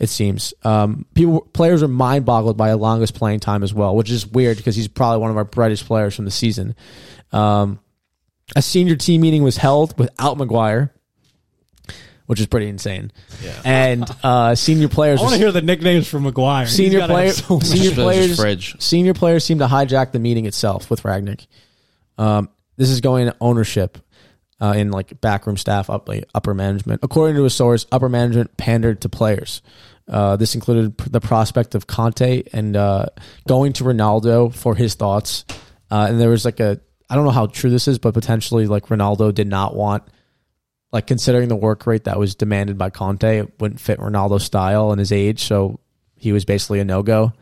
A: It seems um, people players are mind boggled by Alonga's playing time as well, which is weird because he's probably one of our brightest players from the season. Um, a senior team meeting was held without McGuire, which is pretty insane. Yeah. And uh, senior players.
B: I want
A: were-
B: to hear the nicknames for McGuire. He's
A: Senior
B: gotta have
A: player,
B: so many.
A: senior
C: Just fills his
A: players,
C: fridge.
A: senior players seem to hijack the meeting itself with Ragnick. Um, this is going to ownership uh, in like backroom staff, up, like, upper management. According to a source, upper management pandered to players. Uh, this included p- the prospect of Conte and uh, going to Ronaldo for his thoughts. Uh, and there was like a, I don't know how true this is, but potentially like Ronaldo did not want like considering the work rate that was demanded by Conte, it wouldn't fit Ronaldo's style and his age, so he was basically a no go.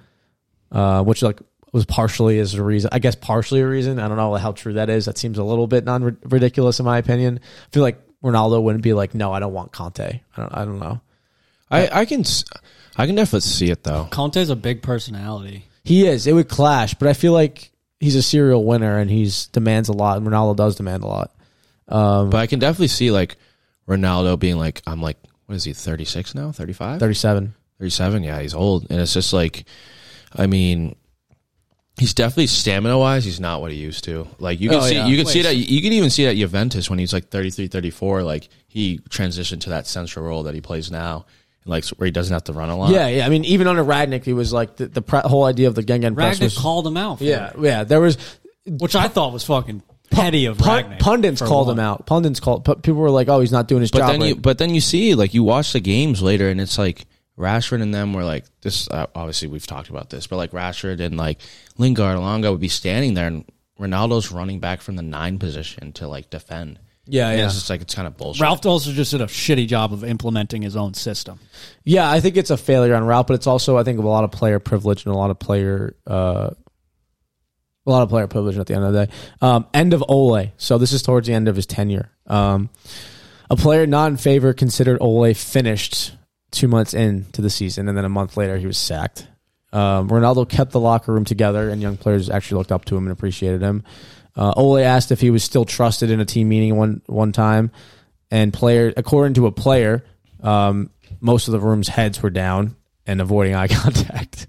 A: Uh, which like was partially as a reason, I guess partially a reason. I don't know how true that is. That seems a little bit non ridiculous in my opinion. I feel like Ronaldo wouldn't be like, no, I don't want Conte. I don't, I don't know.
C: I, I can s- I can definitely see it though.
B: Conte's a big personality.
A: He is. It would clash, but I feel like he's a serial winner and he's demands a lot, and Ronaldo does demand a lot. Um,
C: But I can definitely see like Ronaldo being like, I'm like, what is he, 36 now? 35?
A: thirty seven.
C: 37? Yeah, he's old. And it's just like, I mean, he's definitely stamina wise, he's not what he used to. Like you can
A: Oh,
C: see,
A: yeah.
C: you can see
B: Wait.
C: that, you can even see that Juventus when he's like 33, 34, like he transitioned to that central role that he plays now, like where he doesn't have to run a lot.
A: Yeah, yeah. I mean, even under Radnick, he was like the, the pre- whole idea of the Gengen press
B: Ragnick
A: was
B: called him out. for
A: Yeah,
B: it,
A: yeah. There was
B: which I thought was fucking petty of
A: pun-
B: Ragnick.
A: pundits
B: for
A: called
B: one.
A: him out. Pundits called. Pu- people were like, "Oh, he's not doing his
C: But
A: job."
C: then you,
A: right.
C: but then you see, like you watch the games later, and it's like Rashford and them were like this. Uh, obviously, we've talked about this, but like Rashford and like Lingard, Longo would be standing there, and Ronaldo's running back from the nine position to like defend.
A: Yeah,
C: And
A: yeah.
C: It's just like it's kind of bullshit.
B: Ralph also just did a shitty job of implementing his own system.
A: yeah, I think it's a failure on route, but it's also I think a lot of player privilege and a lot of player. Uh, a lot of player privilege at the end of the day. Um, end of Ole. So this is towards the end of his tenure. Um, a player not in favor considered Ole finished two months into the season, and then a month later he was sacked. Um, Ronaldo kept the locker room together, and young players actually looked up to him and appreciated him. Uh, Ole asked if he was still trusted in a team meeting one one time, and player according to a player, um, most of the room's heads were down and avoiding eye contact.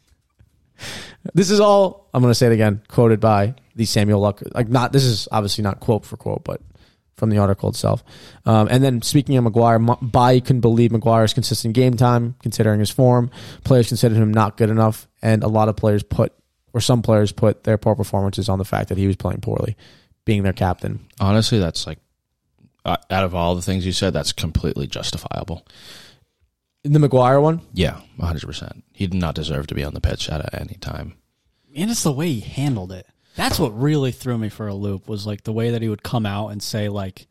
A: this is all I'm going to say it again, quoted by the Samuel Luck. Like not this is obviously not quote for quote, but from the article itself. Um, and then speaking of McGuire, Ma- Bai couldn't believe McGuire's consistent game time, considering his form. Players considered him not good enough, and a lot of players put, or some players put, their poor performances on the fact that he was playing poorly, being their captain.
C: Honestly, that's like uh, out of all the things you said, that's completely justifiable.
A: In the McGuire one,
C: Yeah, 100%. He did not deserve to be on the pitch at any time.
B: And it's the way he handled it. That's what really threw me for a loop was like the way that he would come out and say like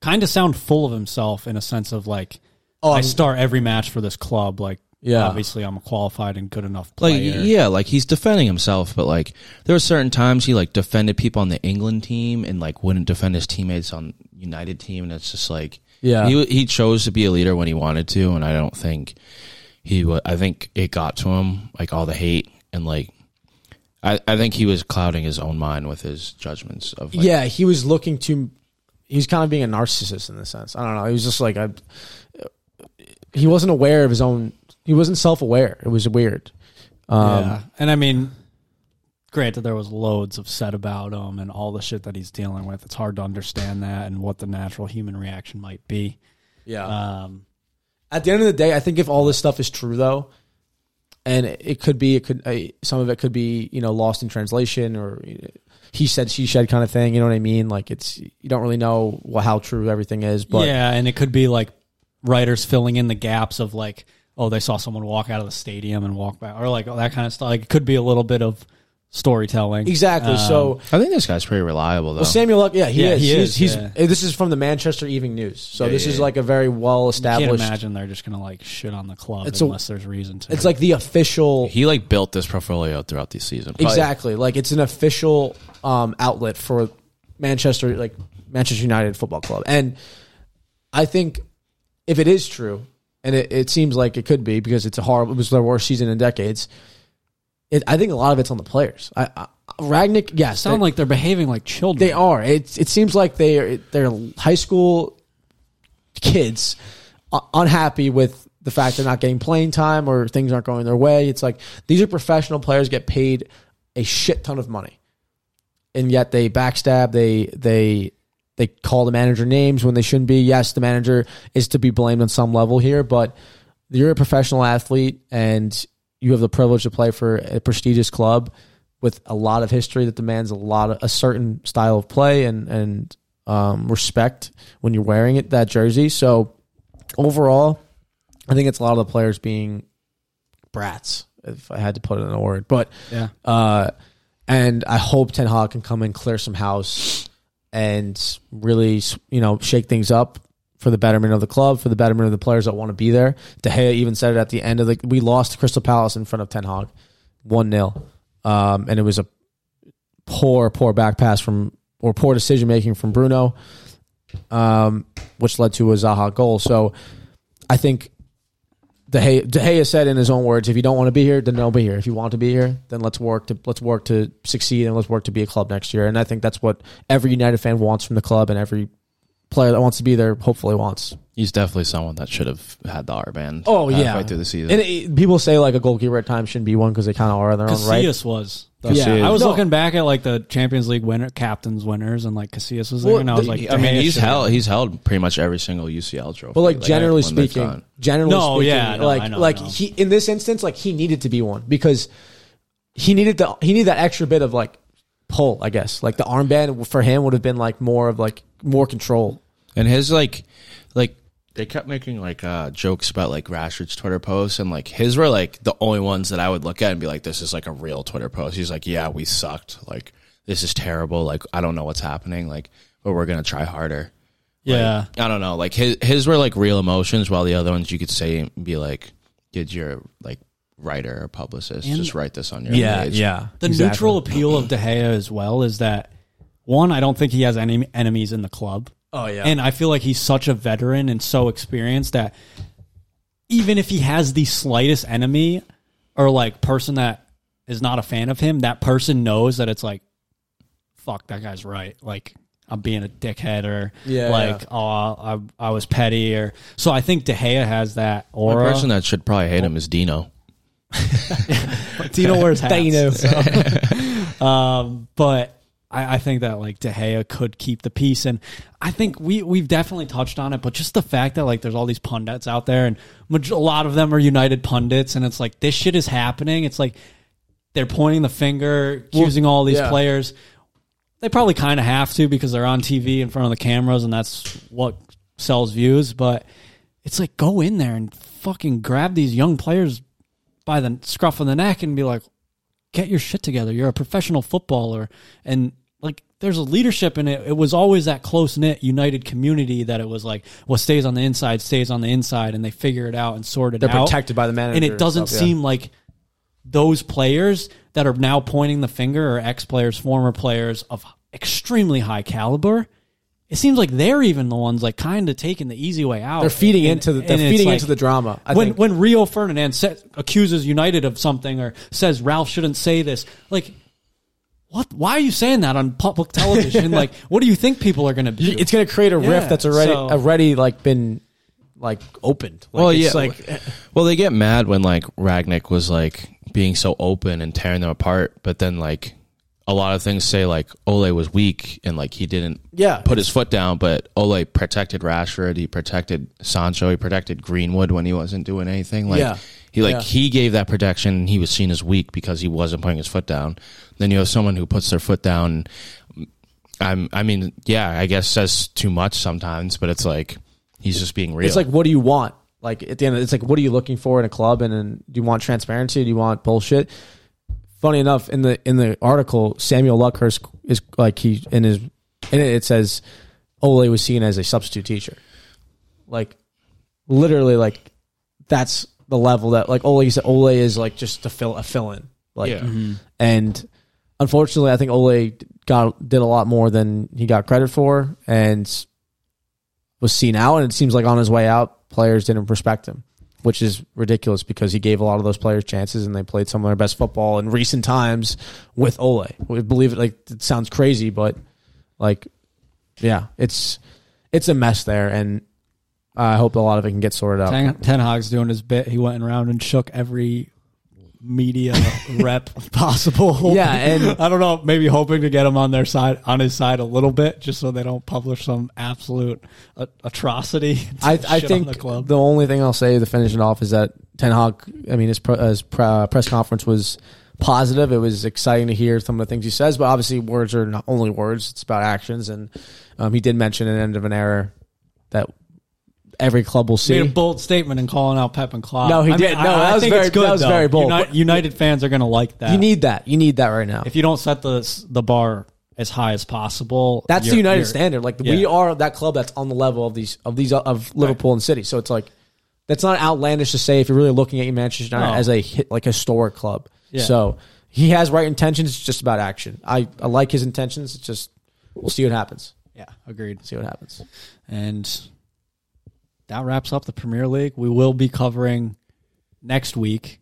B: kind of sound full of himself in a sense of like
A: Oh,
B: I
A: I'm-
B: start every match for this club like
A: Yeah.
B: obviously I'm a qualified and good enough player.
C: Like yeah, like he's defending himself, but like there were certain times he like defended people on the England team and like wouldn't defend his teammates on United team, and it's just like
A: Yeah.
C: he he chose to be a leader when he wanted to, and I don't think he wa I think it got to him like all the hate and like I I think he was clouding his own mind with his judgments of like,
A: yeah, he was looking to, he was kind of being a narcissist in the sense. I don't know. He was just like I, he wasn't aware of his own. He wasn't self aware. It was weird. Um,
B: yeah. And I mean granted there was loads of said about him and all the shit that he's dealing with. It's hard to understand that and what the natural human reaction might be.
A: yeah.
B: Um
A: at the end of the day, I think if all this stuff is true though, and it, it could be, it could uh, some of it could be you know lost in translation or uh, he said she said kind of thing. You know what I mean? Like it's you don't really know wha- how true everything is, but
B: yeah, and it could be like writers filling in the gaps of like, oh, they saw someone walk out of the stadium and walk back, or like all that kind of stuff. Like it could be a little bit of storytelling. Um,
A: exactly. so
C: I think this guy's pretty reliable though.
A: well, Samuel Luck, yeah, he
B: Yeah,
A: is.
B: he
A: he's,
B: is,
A: he's
B: yeah.
A: uh, this is from the Manchester Evening News, so
C: Yeah,
A: this
C: yeah,
A: is
C: yeah.
A: like a very well
B: I can't
A: established.
B: imagine they're just gonna like shit on the club
A: It's a-
B: unless there's reason to.
A: It's like the official
C: he like built this portfolio throughout the season. Probably-
A: Exactly. Like it's an official um, outlet for Manchester, like Manchester United Football Club. And I think if it is true, and it, it seems like it could be because it's a horrible, it was their worst season in decades. It, I think a lot of it's on the players. I, I Ragnick, yes,
B: sound
A: they,
B: like they're behaving like children.
A: they are. It it seems like they are they're high school kids uh, unhappy with the fact they're not getting playing time or things aren't going their way. It's like these are professional players get paid a shit ton of money, and yet they backstab. They they they call the manager names when they shouldn't be. Yes, the manager is to be blamed on some level here, but you're a professional athlete and you have the privilege to play for a prestigious club with a lot of history that demands a lot of a certain style of play and and um, respect when you're wearing it that jersey. So overall, I think it's a lot of the players being brats, if I had to put it in a word. But
B: Yeah.
A: uh, and I hope Ten Hag can come and clear some house and really, you know, shake things up for the betterment of the club, for the betterment of the players that want to be there. De Gea even said it at the end of the. We lost to Crystal Palace in front of Ten Hag, one 0 um, and it was a poor, poor back pass from or poor decision making from Bruno, um, which led to a Zaha goal. So I think De Gea, De Gea said in his own words, "If you don't want to be here, then don't be here. If you want to be here, then let's work to let's work to succeed and let's work to be a club next year." And I think that's what every United fan wants from the club, and every player that wants to be there hopefully wants.
C: He's definitely someone that should have had the R band.
A: Oh, yeah.
C: halfway through the season.
A: And it, people say like a goalkeeper at times shouldn't be one because they kind of are on their own right.
B: Casillas was.
C: That's
A: Yeah,
C: it.
B: I was
A: No.
B: looking back at like the Champions League winner, captains winners, and like Casillas was there,
A: Well,
B: and I was
A: the-
B: like,
C: I
B: De
C: mean,
B: Gea
C: he's
B: should have-
C: held he's held pretty much every single UCL trophy.
A: But like, generally
C: when they've
A: speaking,
C: gone.
A: generally
B: No,
A: speaking,
B: yeah, no,
A: like
B: I know,
A: like
B: I know.
A: he in this instance, like he needed to be one because he needed the he needed that extra bit of like pull, I guess. Like the armband for him would have been like more of like more control.
C: and his like, like they kept making like uh, jokes about like Rashford's Twitter posts, and like his were like the only ones that I would look at and be like, this is like a real Twitter post. He's like, yeah, we sucked. Like this is terrible. Like I don't know what's happening. Like, but we're gonna try harder.
B: yeah.
C: I don't know. Like his his were like real emotions, while the other ones you could say and be like, did your like writer or publicist just write this on your page?
B: The neutral appeal of De Gea as well is that one, I don't think he has any enemies in the club.
A: Oh yeah.
B: And I feel like he's such a veteran and so experienced that even if he has the slightest enemy, or like person that is not a fan of him, that person knows that it's like, fuck, that guy's right. Like I'm being a dickhead or
A: Yeah,
B: like
A: yeah.
B: oh I I was petty or so I think De Gea has that
C: The
B: aura.
C: person that should probably hate him is Dino.
B: Dino wears hats.
A: Dino.
B: so. um, but I, I think that like De Gea could keep the peace, and I think we we've definitely touched on it. But just the fact that like there's all these pundits out there, and maj- a lot of them are United pundits, and it's like this shit is happening. It's like they're pointing the finger, accusing all these
A: yeah.
B: players. They probably kind of have to because they're on TV in front of the cameras, and that's what sells views. But it's like go in there and fucking grab these young players by the scruff of the neck and be like, get your shit together. You're a professional footballer. And like, there's a leadership in it. It was always that close knit, united community that it was like, what stays on the inside stays on the inside, and they figure it out and sort it
A: They're
B: out.
A: protected by the manager.
B: and it doesn't
A: stuff, yeah.
B: seem like those players that are now pointing the finger or ex players, former players of extremely high caliber. It seems like they're even the ones like kind of taking the easy way out.
A: They're feeding
B: And-
A: into the they're
B: and it's
A: feeding
B: like-
A: into the drama. I
B: when
A: think.
B: when Rio Ferdinand sa accuses United of something or says Ralph shouldn't say this, like what? Why are you saying that on public television? like, what do you think people are going to do?
A: it's going to create a
B: Yeah,
A: rift that's already
B: so-
A: already like been like opened. Like,
C: well,
A: it's
C: yeah.
A: like eh.
C: well, they get mad when like Ragnick was like being so open and tearing them apart, but then like a lot of things say like Ole was weak and like he didn't
A: Yeah.
C: put his foot down, but Ole protected Rashford, he protected Sancho, he protected Greenwood when he wasn't doing anything. Like
A: Yeah.
C: he like
A: Yeah.
C: he gave that protection. and He was seen as weak because he wasn't putting his foot down. Then you have someone who puts their foot down. I'm I mean yeah, I guess says too much sometimes, but it's like he's just being real.
A: it's like what do you want? Like at the end, of, it's like what are you looking for in a club? And, then do you want transparency? Do you want bullshit? Funny enough, in the in the article, Samuel Luckhurst is like he in his in it it says Ole was seen as a substitute teacher, like literally like that's the level that like Ole he said Ole is like just to fill a fill in like
C: Yeah.
A: and unfortunately I think Ole got did a lot more than he got credit for and was seen out and it seems like on his way out players didn't respect him which is ridiculous because he gave a lot of those players chances and they played some of their best football in recent times with Ole. We believe it like it sounds crazy but like yeah, it's it's a mess there and I hope a lot of it can get sorted out.
B: Ten, Ten Hag's doing his bit. He went around and shook every media rep possible.
A: Yeah, and-
B: I don't know, maybe hoping to get him on their side, on his side a little bit, just so they don't publish some absolute a- atrocity.
A: I,
B: Shit
A: I
B: on
A: think
B: the
A: the,
B: club.
A: only thing I'll say to finish it off is that Ten Hag, I mean, his, pre, his pre, uh, press conference was positive. It was exciting to hear some of the things he says, but obviously words are not only words. It's about actions, and um, he did mention an end of an era that every club will see.
B: made a bold statement in calling out Pep and Klopp.
A: No, he
B: I
A: did. No, that was
B: think
A: very-
B: it's good,
A: that was
B: though.
A: very bold.
B: United, United fans are going to like that.
A: you need that. You need that right now.
B: if you don't set the the bar as high as possible.
A: That's the
B: you're-
A: United
B: you're-
A: standard. Like
B: yeah.
A: we are that club that's on the level of these of these of Liverpool and City. So it's like that's not outlandish to say if you're really looking at Manchester United
B: No.
A: as a hit, like historic club.
B: Yeah.
A: So he has right intentions. It's just about action. I, I like his intentions. It's just we'll see what happens.
B: Yeah, agreed.
A: See what happens.
B: And that wraps up the Premier League. We will be covering next week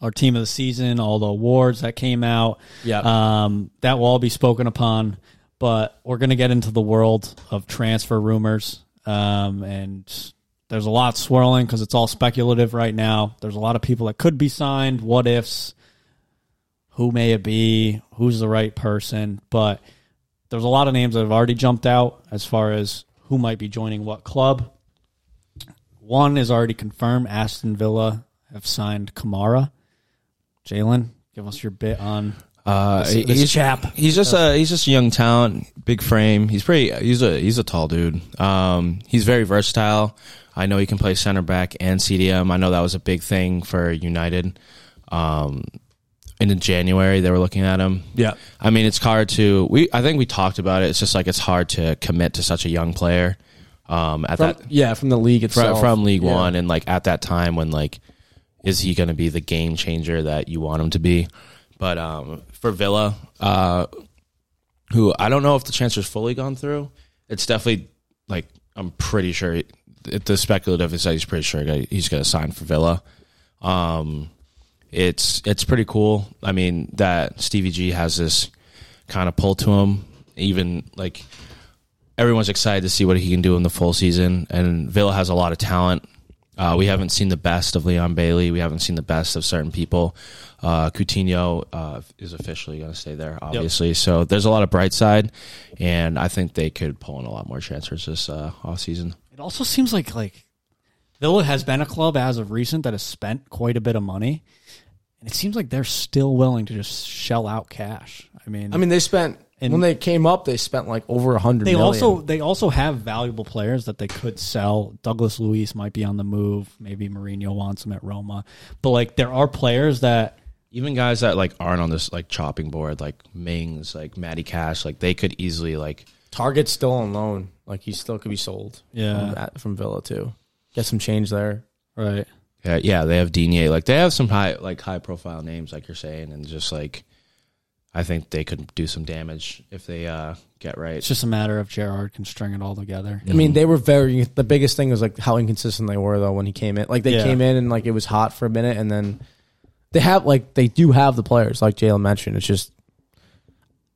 B: our team of the season, all the awards that came out.
A: Yeah.
B: Um, that will all be spoken upon, but we're going to get into the world of transfer rumors. Um, and there's a lot swirling because it's all speculative right now. There's a lot of people that could be signed, what ifs, who may it be, who's the right person. But there's a lot of names that have already jumped out as far as who might be joining what club. One is already confirmed. Aston Villa have signed Kamara. Jalen, give us your bit on
C: Uh,
B: This- this chap.
C: He's just a he's just a young talent, big frame. He's pretty. He's a he's a tall dude. Um, he's very versatile. I know he can play center back and CDM. I know that was a big thing for United. Um, and in January they were looking at him.
A: Yeah.
C: I mean it's hard to we. I think we talked about it. It's just like it's hard to commit to such a young player. Um, at
A: From,
C: that
A: yeah, from the league
C: from,
A: itself.
C: from League
A: Yeah.
C: One, and like at that time when like, is he going to be the game changer that you want him to be? But um, for Villa, uh, who I don't know if the transfer's fully gone through, it's definitely like I'm pretty sure it, the speculative is that he's pretty sure he's going to sign for Villa. Um, it's it's pretty cool. I mean that Stevie G has this kind of pull to him. Even like everyone's excited to see what he can do in the full season, and Villa has a lot of talent. Uh, we haven't seen the best of Leon Bailey. We haven't seen the best of certain people. Uh, Coutinho uh, is officially going to stay there, obviously. So there's a lot of bright side, and I think they could pull in a lot more transfers this uh, off season.
B: It also seems like like Villa has been a club as of recent that has spent quite a bit of money, and it seems like they're still willing to just shell out cash. I mean,
A: I mean, they spent
B: And-
A: when they came up, they spent like over a hundred.
B: they also they also have valuable players that they could sell. Douglas Luis might be on the move. Maybe Mourinho wants him at Roma, but like there are players that
C: even guys that like aren't on this like chopping board, like Mings, like Matty Cash, like they could easily like
A: Target's still on loan. Like he still could be sold.
B: Yeah.
A: from, that- from Villa too. Get some change there.
B: right.
C: yeah, Uh, yeah they have Digne, like they have some high like high profile names, like you're saying, and just like I think they could do some damage if they uh get right.
B: It's just a matter of Gerard can string it all together.
A: I mean, they were very. The biggest thing was like how inconsistent they were though when he came in. Like they
B: Yeah.
A: came in and like it was hot for a minute, and then they have like they do have the players like Jalen mentioned. It's just,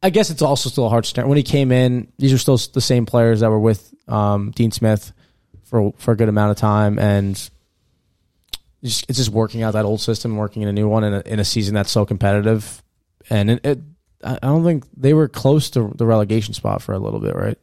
A: I guess it's also still a hard start. When he came in, these are still the same players that were with um, Dean Smith for for a good amount of time, and it's just, it's just working out that old system, working in a new one in a, in a season that's so competitive, and it. it I I don't think they were close to the relegation spot for a little bit, right?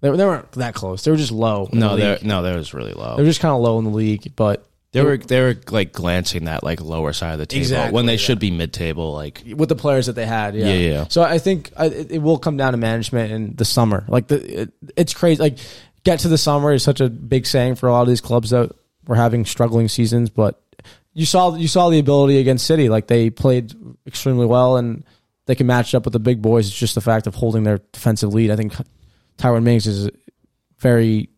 A: They, were- they weren't that close. They were just low. in
C: no,
A: the
C: they're
A: league.
C: no, that was really low.
A: they were just kind of low in the league. But
C: they were they were like glancing that like lower side of the table
A: Exactly,
C: when they
A: yeah.
C: should be mid table. Like
A: with the players that they had, yeah,
C: Yeah, yeah.
A: So I think I, it, it will come down to management in the summer. Like the, it, it's crazy. Like get to the summer is such a big saying for a lot of these clubs that were having struggling seasons. But you saw you saw the ability against City. Like they played extremely well and they can match up with the big boys. It's just the fact of holding their defensive lead. I think Tyron Mings is a very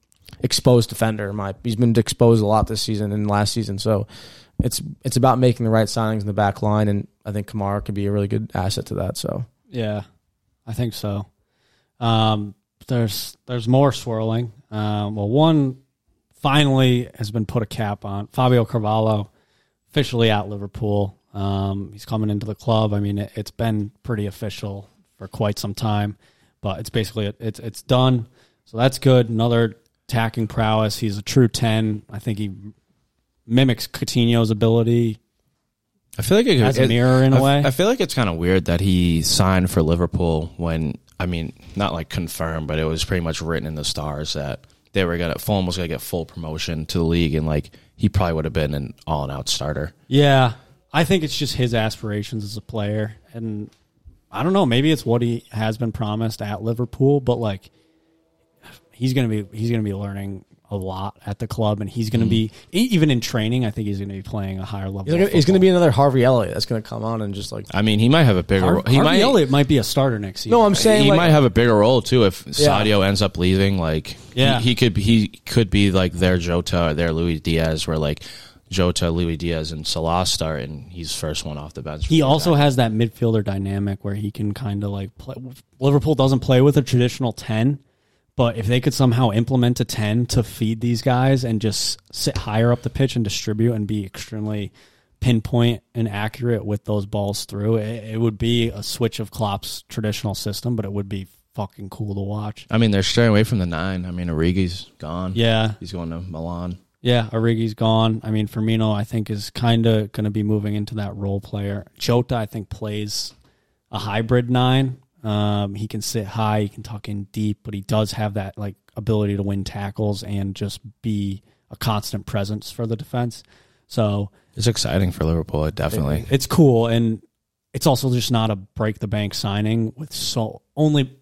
A: exposed defender. in My he's been exposed a lot this season and last season. So it's it's about making the right signings in the back line, and I think Kamara could be a really good asset to that. So
B: Yeah, I think so. Um, there's there's more swirling. Um, well, one finally has been put a cap on. Fabio Carvalho officially at Liverpool. Um, he's coming into the club. I mean, it, it's been pretty official for quite some time, but it's basically it's it's done. So that's good. Another attacking prowess. He's a true ten. I think he mimics Coutinho's ability
C: I feel like it,
B: as a
C: it-
B: mirror in
C: I
B: a
C: f-
B: way.
C: I feel like it's kind of weird that he signed for Liverpool when I mean, not like confirmed, but it was pretty much written in the stars that they were gonna Fulham was gonna get full promotion to the league, and like he probably would have been an all and out starter.
B: Yeah, I think it's just his aspirations as a player, and I don't know. Maybe it's what he has been promised at Liverpool, but like he's gonna be he's gonna be learning a lot at the club, and he's gonna be e- even in training. I think he's gonna be playing a higher level.
A: he's, gonna, he's going to be another Harvey Elliott that's going to come on and just like
C: I mean, he might have a bigger
B: Harvey,
C: he might
B: Elliott might be a starter next season.
A: no, I'm saying
C: he
A: like
C: might have a bigger role too if Sadio ends up leaving. Like,
B: Yeah.
C: he, he could he could be like their Jota or their Luis Diaz, where like Jota, Luis Diaz, and Salah start, and he's first one off the bench.
B: He also has that midfielder dynamic where he can kind of like play. Liverpool doesn't play with a traditional 10, but if they could somehow implement a 10 to feed these guys and just sit higher up the pitch and distribute and be extremely pinpoint and accurate with those balls through, it, it would be a switch of Klopp's traditional system, but it would be fucking cool to watch.
C: I mean, they're straying away from the nine. I mean, Origi's gone.
B: Yeah.
C: He's going to Milan.
B: Yeah, Origi's gone. I mean, Firmino, I think, is kind of going to be moving into that role player. Jota, I think, plays a hybrid nine. Um, he can sit high, he can tuck in deep, but he does have that like ability to win tackles and just be a constant presence for the defense. So
C: It's exciting for Liverpool, definitely.
B: it's cool, and it's also just not a break the bank signing with so only.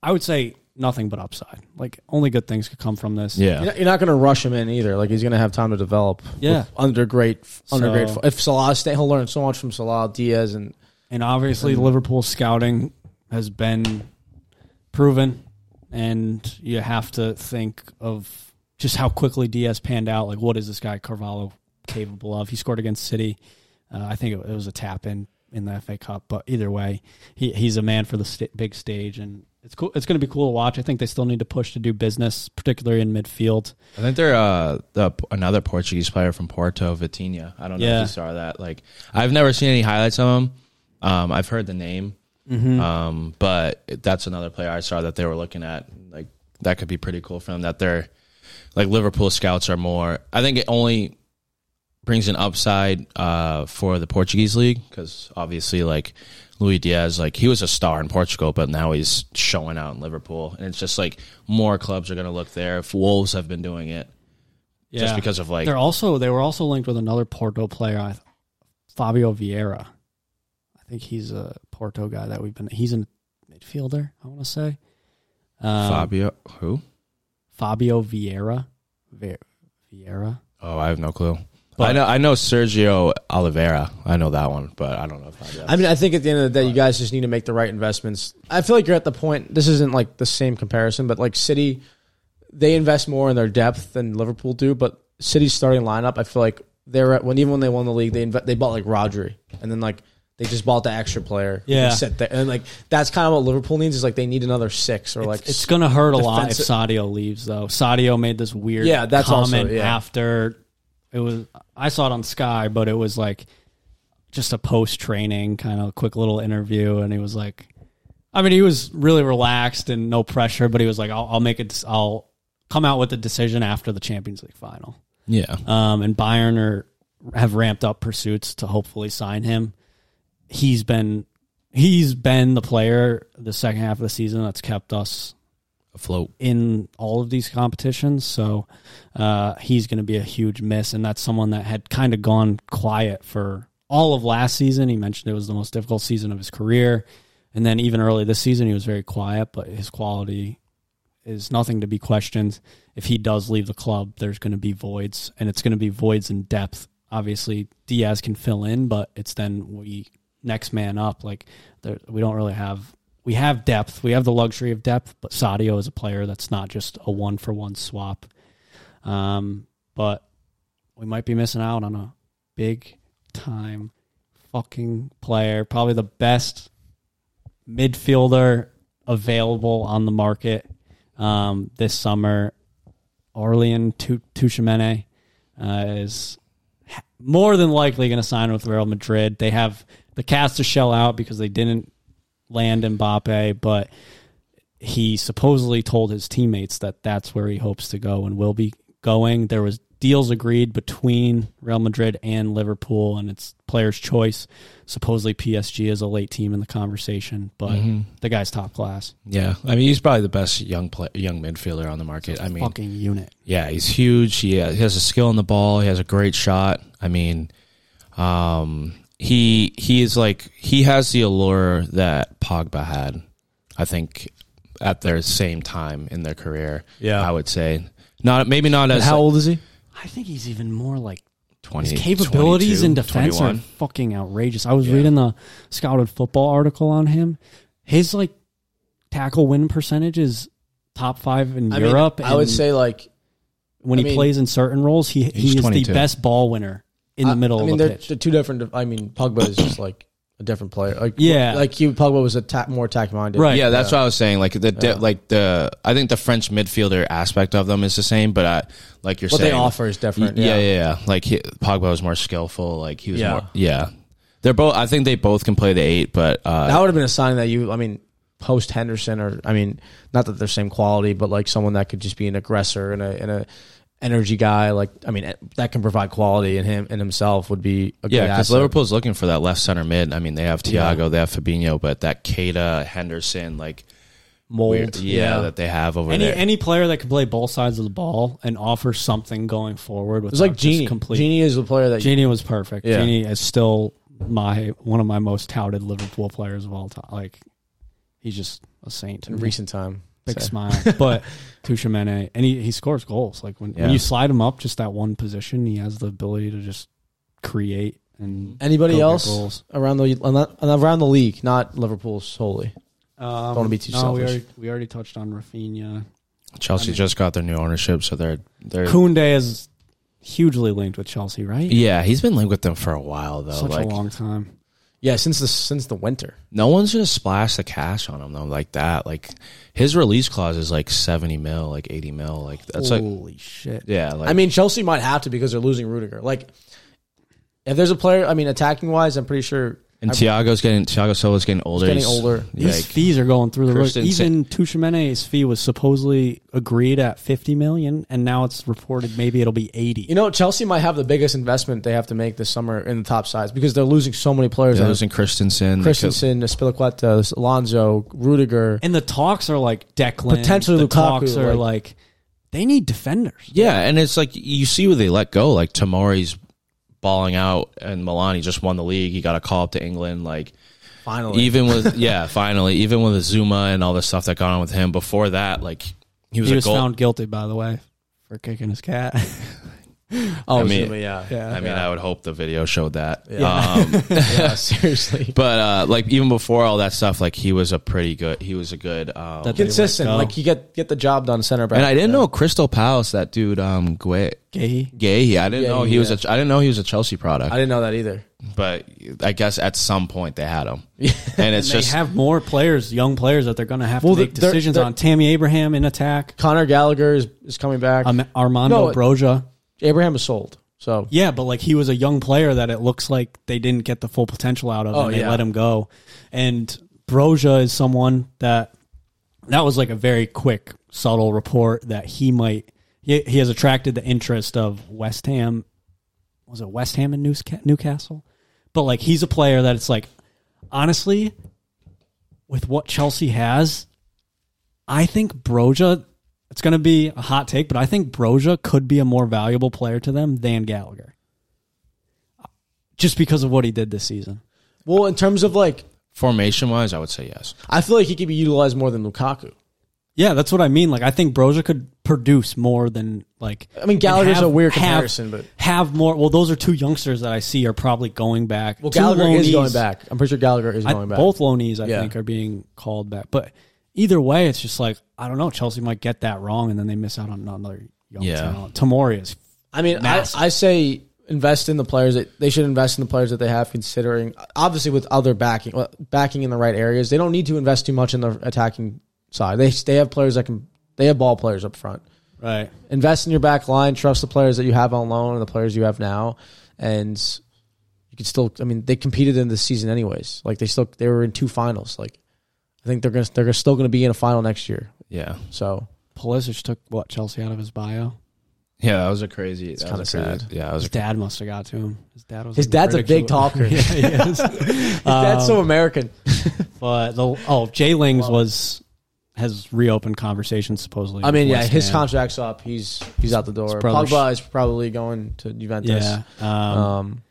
B: I would say nothing but upside. Like only good things could come from this.
C: Yeah.
A: you're not, you're not going to rush him in either. Like he's going to have time to develop.
B: Yeah.
A: with- under great under
B: So-
A: great. If Salah stay, he'll learn so much from Salah Diaz and
B: And obviously, Liverpool scouting has been proven, and you have to think of just how quickly Diaz panned out. Like, what is this guy Carvalho capable of? He scored against City. Uh, I think it, it was a tap in in the FA Cup, but either way, he, he's a man for the sta big stage, and it's cool. It's going to be cool to watch. I think they still need to push to do business, particularly in midfield.
C: I think they're uh, the, another Portuguese player from Porto, Vitinha. I don't know
B: Yeah.
C: if you saw that. Like, I've never seen any highlights of him. Um, I've heard the name,
B: Mm-hmm.
C: um, but that's another player I saw that they were looking at. Like, that could be pretty cool for them. That they're like Liverpool scouts are more. I think it only brings an upside uh, for the Portuguese league because obviously, like Luis Diaz, like he was a star in Portugal, but now he's showing out in Liverpool, and it's just like more clubs are going to look there. If Wolves have been doing it,
B: Yeah.
C: just because of like
B: they're also they were also linked with another Porto player, I- Fabio Vieira. I think he's a Porto guy that we've been. He's a midfielder. I want to say. Um,
C: Fabio. Who?
B: Fabio Vieira. Ve- Vieira.
C: Oh, I have no clue.
B: But-
C: I know I know Sergio Oliveira. I know that one, but I don't know Fabio.
A: I mean, I think at the end of the day, you guys just need to make the right investments. I feel like you're at the point. This isn't like the same comparison, but like City, they invest more in their depth than Liverpool do. But City's starting lineup, I feel like they're at when even when they won the league, they inve- they bought like Rodri, and then like they just bought the extra player. who
B: Yeah.
A: can sit there and like that's kind of what Liverpool needs is like they need another six or like
B: It's going to hurt a lot if
A: defensive-
B: Sadio leaves, though. Sadio made this weird
A: Yeah, that's also-
B: comment
A: yeah.
B: after it was. I saw it on Sky, but it was like just a post training kind of quick little interview, and he was like, I mean, he was really relaxed and no pressure, but he was like, I'll, I'll make it. I'll come out with a decision after the Champions League final.
C: yeah.
B: um, and Bayern are have ramped up pursuits to hopefully sign him. He's been he's been the player the second half of the season that's kept us
C: Afloat.
B: in all of these competitions. So uh, he's going to be a huge miss, and that's someone that had kind of gone quiet for all of last season. He mentioned it was the most difficult season of his career, and then even early this season he was very quiet, but his quality is nothing to be questioned. If he does leave the club, there's going to be voids, and it's going to be voids in depth. Obviously, Diaz can fill in, but it's then we next man up. Like there, we don't really have we have depth, we have the luxury of depth, but Sadio is a player that's not just a one for one swap. Um, but we might be missing out on a big time fucking player, probably the best midfielder available on the market um, this summer. Orlean Tu- Tuchemene uh, is ha- more than likely going to sign with Real Madrid. They have the cast a shell out because they didn't land Mbappe, but he supposedly told his teammates that that's where he hopes to go and will be going. There was deals agreed between Real Madrid and Liverpool, and it's player's choice. Supposedly PSG is a late team in the conversation, but
C: Mm-hmm.
B: the guy's top class,
C: Yeah. I mean, he's probably the best young play, young midfielder on the market. I mean,
B: fucking unit.
C: Yeah, he's huge. He, uh, he has a skill on the ball. He has a great shot. I mean, um, he he is like he has the allure that Pogba had. I think at their same time in their career.
A: Yeah.
C: I would say not maybe not as
A: how old is he?
B: I think he's even more like
C: twenty
B: his capabilities
C: 22,
B: in defense
C: 21.
B: are fucking outrageous. I was reading the scouted football article on him. His like tackle win percentage is top five in
A: I mean,
B: Europe.
A: I would
B: and
A: say like
B: when
A: I
B: he
A: mean-
B: plays in certain roles, he he
C: He's
B: is
C: 22.
B: the best ball winner in the
A: I-
B: middle
A: I mean,
B: of
A: they're,
B: the pitch.
A: they're two different. I mean, Pogba is just like a different player. Like
B: Yeah.
A: like you, Pogba was attack more attack minded.
B: Right.
C: Yeah, that's what I was saying. Like the de- like the I think the French midfielder aspect of them is the same, but I, like you're
A: What they
C: saying,
A: offer is different.
C: Yeah, yeah, yeah. Like he, Pogba was more skillful. Like he was
A: Yeah.
C: more. Yeah, they're both. I think they both can play the eight, but uh,
A: that would have been a sign that you. I mean, post Henderson, or I mean, not that they're same quality, but like someone that could just be an aggressor and a and a energy guy. Like I mean, that can provide quality in him and himself would be a
C: yeah,
A: good
C: because
A: asset.
C: Liverpool's looking for that left center mid. I mean, they have Thiago, they have Fabinho, but that Keita, Henderson, like
A: mold.
C: weird, yeah, that they have over
B: any
C: there.
B: any player that can play both sides of the ball and offer something going forward with
A: It's like Genie.
B: complete.
A: Genie is the player that
B: Genie was perfect.
A: Yeah.
B: Genie is still my one of my most touted Liverpool players of all time. Like he's just a saint. to
A: in
B: me.
A: recent time.
B: big
A: So,
B: smile. But Tushimene, and he, he scores goals. Like when, when
C: Yeah.
B: you slide him up just that one position, he has the ability to just create and
A: Anybody
B: go get
A: else
B: goals.
A: around the around the league, not Liverpool solely.
B: Um,
A: wanna be too
B: no, We
A: selfish.
B: already, we already touched on Rafinha.
C: Chelsea
B: I mean-
C: just got their new ownership, so they're they're.
B: Kounde is hugely linked with Chelsea, right?
C: Yeah, he's been linked with them for a while though.
B: Such
C: like
B: a long time.
A: Yeah, since the since the winter.
C: No one's gonna splash the cash on him though, like that. Like his release clause is like seventy mil, like eighty mil, like that's like
A: Holy shit.
C: yeah. Like,
A: I mean, Chelsea might have to because they're losing Rudiger. Like, if there's a player, I mean, attacking wise, I'm pretty sure.
C: and
A: I-
C: Tiago's getting Tiago Silva's getting older.
A: getting older.
C: Yeah,
B: These
C: like,
B: fees are going through the roof.
C: Christensen-
B: Even Tushmane's fee was supposedly agreed at fifty million, and now it's reported maybe it'll be eighty.
A: you know, Chelsea might have the biggest investment they have to make this summer in the top sides because they're losing so many players.
C: they're
A: They're
C: losing Christensen.
A: Christensen, Spilicueta, Alonso, Rudiger.
B: and the talks are like Declan.
A: Potentially
B: the
A: Lukaku,
B: talks are
A: like-
B: like, they need defenders.
C: Yeah, and it's like you see where they let go. Like Tamori's balling out, and Milan. He just won the league. He got a call up to England. Like
A: Finally,
C: even with yeah, finally, even with Zuma and all the stuff that got on with him before that, like he was a
B: He was
C: goal.
B: found guilty, by the way, for kicking his cat.
A: oh,
C: I mean-
A: Zuma, yeah,
B: yeah,
C: I mean, I would hope the video showed that.
A: Yeah.
C: Um,
A: yeah, seriously,
C: But uh, like even before all that stuff, like he was a pretty good. He was a good. Um,
B: That-
A: consistent.
B: They let go.
A: Like you get get the job done, center back.
C: and I didn't know Crystal Palace. That dude, um, Gay.
B: Gay.
C: Gay. I didn't
A: Yeah,
C: know he
A: yeah.
C: was a. I didn't know he was a Chelsea product.
A: I didn't know that either.
C: but I guess at some point they had him. And it's
B: they
C: just
B: have more players, young players that they're going to have
A: Well,
B: to make
A: they're-
B: decisions
A: they're-
B: on. Tammy Abraham in attack.
A: Connor Gallagher is, is coming back.
B: Um, Armando
A: No, it-
B: Broja.
A: Abraham is sold. So
B: Yeah, but like he was a young player that it looks like they didn't get the full potential out of,
A: Oh,
B: and they
A: yeah.
B: let him go. And Broja is someone that that was like a very quick, subtle report that he might he, he has attracted the interest of West Ham. Was it West Ham and Newsca- Newcastle? But like he's a player that it's like honestly, with what Chelsea has, I think Broja. It's going to be a hot take, but I think Broja could be a more valuable player to them than Gallagher, just because of what he did this season.
A: well, in terms of like,
C: formation wise, I would say yes.
A: I feel like he could be utilized more than Lukaku.
B: Yeah, that's what I mean. Like, I think Broja could produce more than like.
A: I mean,
B: and
A: Gallagher's a weird
B: have-
A: comparison, but-
B: have more. Well, those are two youngsters that I see are probably going back.
A: Well,
B: Two
A: Gallagher is
B: loanees.
A: going back. I'm pretty sure Gallagher is
B: I-
A: going back.
B: Both loanees, I
A: Yeah.
B: think, are being called back. But either way, it's just like I don't know. Chelsea might get that wrong, and then they miss out on another young
C: Yeah.
B: talent. Tamori is
A: I mean, I,
B: Massive.
A: I say invest in the players that they should invest in the players that they have. Considering obviously with other backing well, backing in the right areas, they don't need to invest too much in the attacking side. They they have players that can they have ball players up front.
B: right.
A: Invest in your back line. Trust the players that you have on loan and the players you have now, and you can still. I mean, they competed in this season anyways. Like they still they were in two finals. Like I think they're gonna they're still gonna be in a final next year.
C: Yeah.
A: So
B: Pulisic took what Chelsea out of his bio.
C: Yeah, that was a crazy. It's that
A: kinda
C: was a crazy- Yeah, that was.
B: His dad must have got to him. His dad was.
A: His
B: like,
A: dad's a big
B: ridiculous-
A: talker.
B: yeah, he is.
A: that's so American.
B: But the oh, Jay Lings was has reopened conversations supposedly.
A: I
B: with
A: mean, yeah,
B: West
A: his
B: Ham.
A: contract's up. He's he's out the door.
B: probably
A: Pogba is probably going to Juventus.
B: Yeah, um,
A: Um,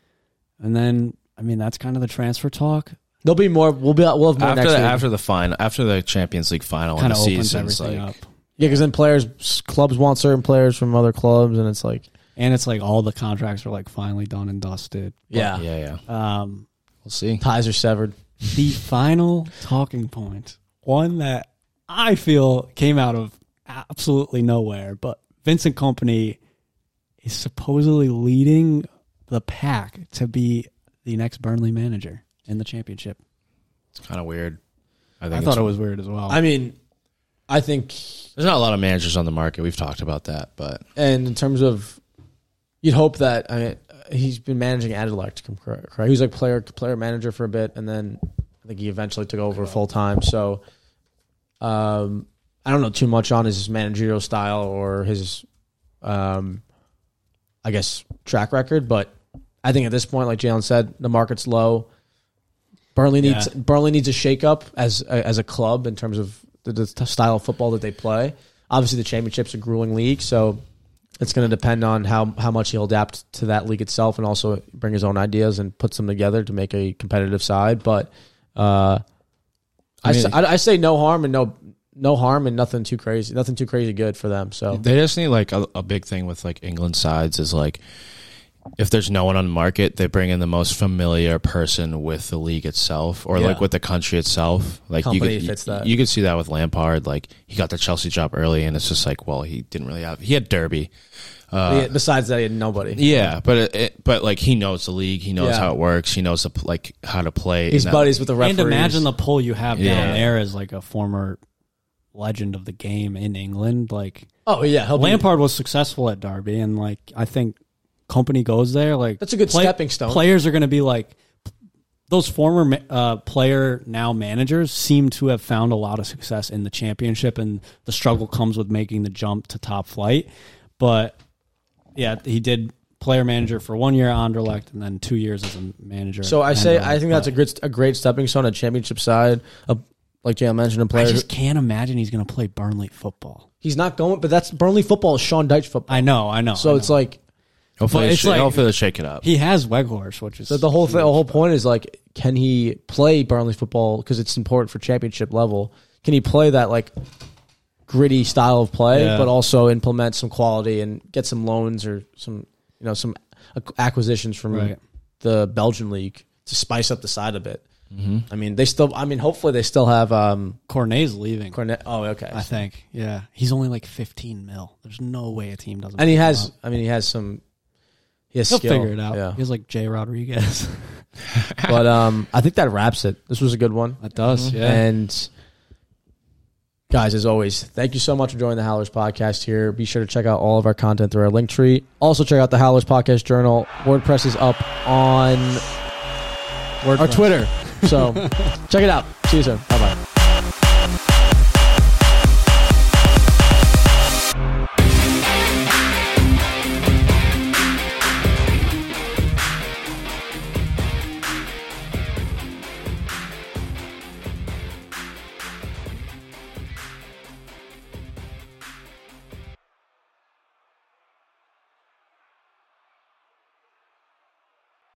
B: and then I mean that's kind of the transfer talk.
A: there'll be more. We'll be we'll have more
C: after
A: next
C: the,
A: week.
C: after the final, after the Champions League final, and
B: Kind
C: the
B: of opens
C: season's
B: everything
C: like
B: up,
A: yeah, because then players clubs want certain players from other clubs, and it's like
B: and it's like all the contracts are like finally done and dusted.
A: yeah,
C: yeah, yeah.
B: Um,
C: We'll see.
A: ties are severed.
B: the final talking point, one that I feel came out of absolutely nowhere, but Vincent Company is supposedly leading the pack to be the next Burnley manager in the championship.
C: It's kind of weird.
B: I,
C: think
B: thought
C: it's-
B: it was weird as well.
A: I mean, I think,
C: There's not a lot of managers on the market. We've talked about that, but
A: and in terms of, you'd hope that I mean, uh, he's been managing Adelect, correct? He was like player player manager for a bit, and then I think he eventually took over full time. So, um, I don't know too much on his managerial style or his, um, I guess track record, but I think at this point, like Jalen said, the market's low. Burnley needs
B: Yeah.
A: Burnley needs a shakeup as a, as a club in terms of the, the t- style of football that they play. Obviously, the championship's a grueling league, so it's going to depend on how how much he'll adapt to that league itself, and also bring his own ideas and puts them together to make a competitive side. But uh, I,
C: I mean-
A: s- I- I say no harm and no no harm and nothing too crazy, nothing too crazy good for them. So
C: They just need like a, a big thing with like England sides is like if there's no one on the market, they bring in the most familiar person with the league itself or
A: Yeah.
C: like with the country itself. Like
A: Company
C: you could,
A: fits that.
C: You, could see that with Lampard. Like he got the Chelsea job early, and it's just like, well, he didn't really have. He had Derby, Uh,
A: Yeah, Besides that, he had nobody.
C: yeah, but it, it, but like he knows the league, he knows
A: Yeah.
C: how it works, he knows the, p- like how to play.
A: He's
C: and that-
A: buddies with the referees.
B: And imagine the pull you have
C: Yeah.
B: down there as like a former legend of the game in England. Like
A: oh yeah, he'll be-
B: Lampard was successful at Derby, and like I think company goes there. Like
A: That's a good stepping stone.
B: Players are going to be like those former ma- uh, player now managers seem to have found a lot of success in the championship, and the struggle comes with making the jump to top flight. But yeah, he did player manager for one year at Anderlecht, and then two years as a manager.
A: So I
B: at
A: say
B: Anderlecht,
A: I think that's a good a great stepping stone, a championship side. A, like Jalen mentioned, a
B: but
A: player.
B: I
A: who-
B: just can't imagine he's going to play Burnley football.
A: he's not going, but that's Burnley football is Sean Dyche football.
B: I know, I know. I
A: So it's
B: know.
A: like
C: Hopefully,
B: But
C: they
B: it's
C: sh-
B: like-
C: hopefully they shake it up.
B: he has Weghorst, which is
A: so the whole thing, the whole point is like, can he play Burnley football because it's important for championship level? Can he play that like gritty style of play,
B: Yeah.
A: but also implement some quality and get some loans or some you know some ac- acquisitions from
B: Right.
A: the Belgian league to spice up the side a bit.
B: Mm-hmm.
A: I mean, they still. I mean, hopefully they still have. um
B: Cornet's leaving.
A: Cornet. Oh, okay.
B: I think. Yeah, he's only like 15 mil. There's no way a team doesn't.
A: And he
B: pick him
A: has,
B: up.
A: I mean, he has some. He has
B: He'll
A: skill.
B: figure it out.
A: Yeah.
B: He's like Jay Rodriguez.
A: but um, I think that wraps it. This was a good one.
B: that does.
A: And guys, as always, thank you so much for joining the Howlers Podcast here. Be sure to check out all of our content through our link tree. Also, check out the Howlers Podcast Journal. WordPress is up on
B: WordPress.
A: our Twitter. So check it out. See you soon. Bye bye.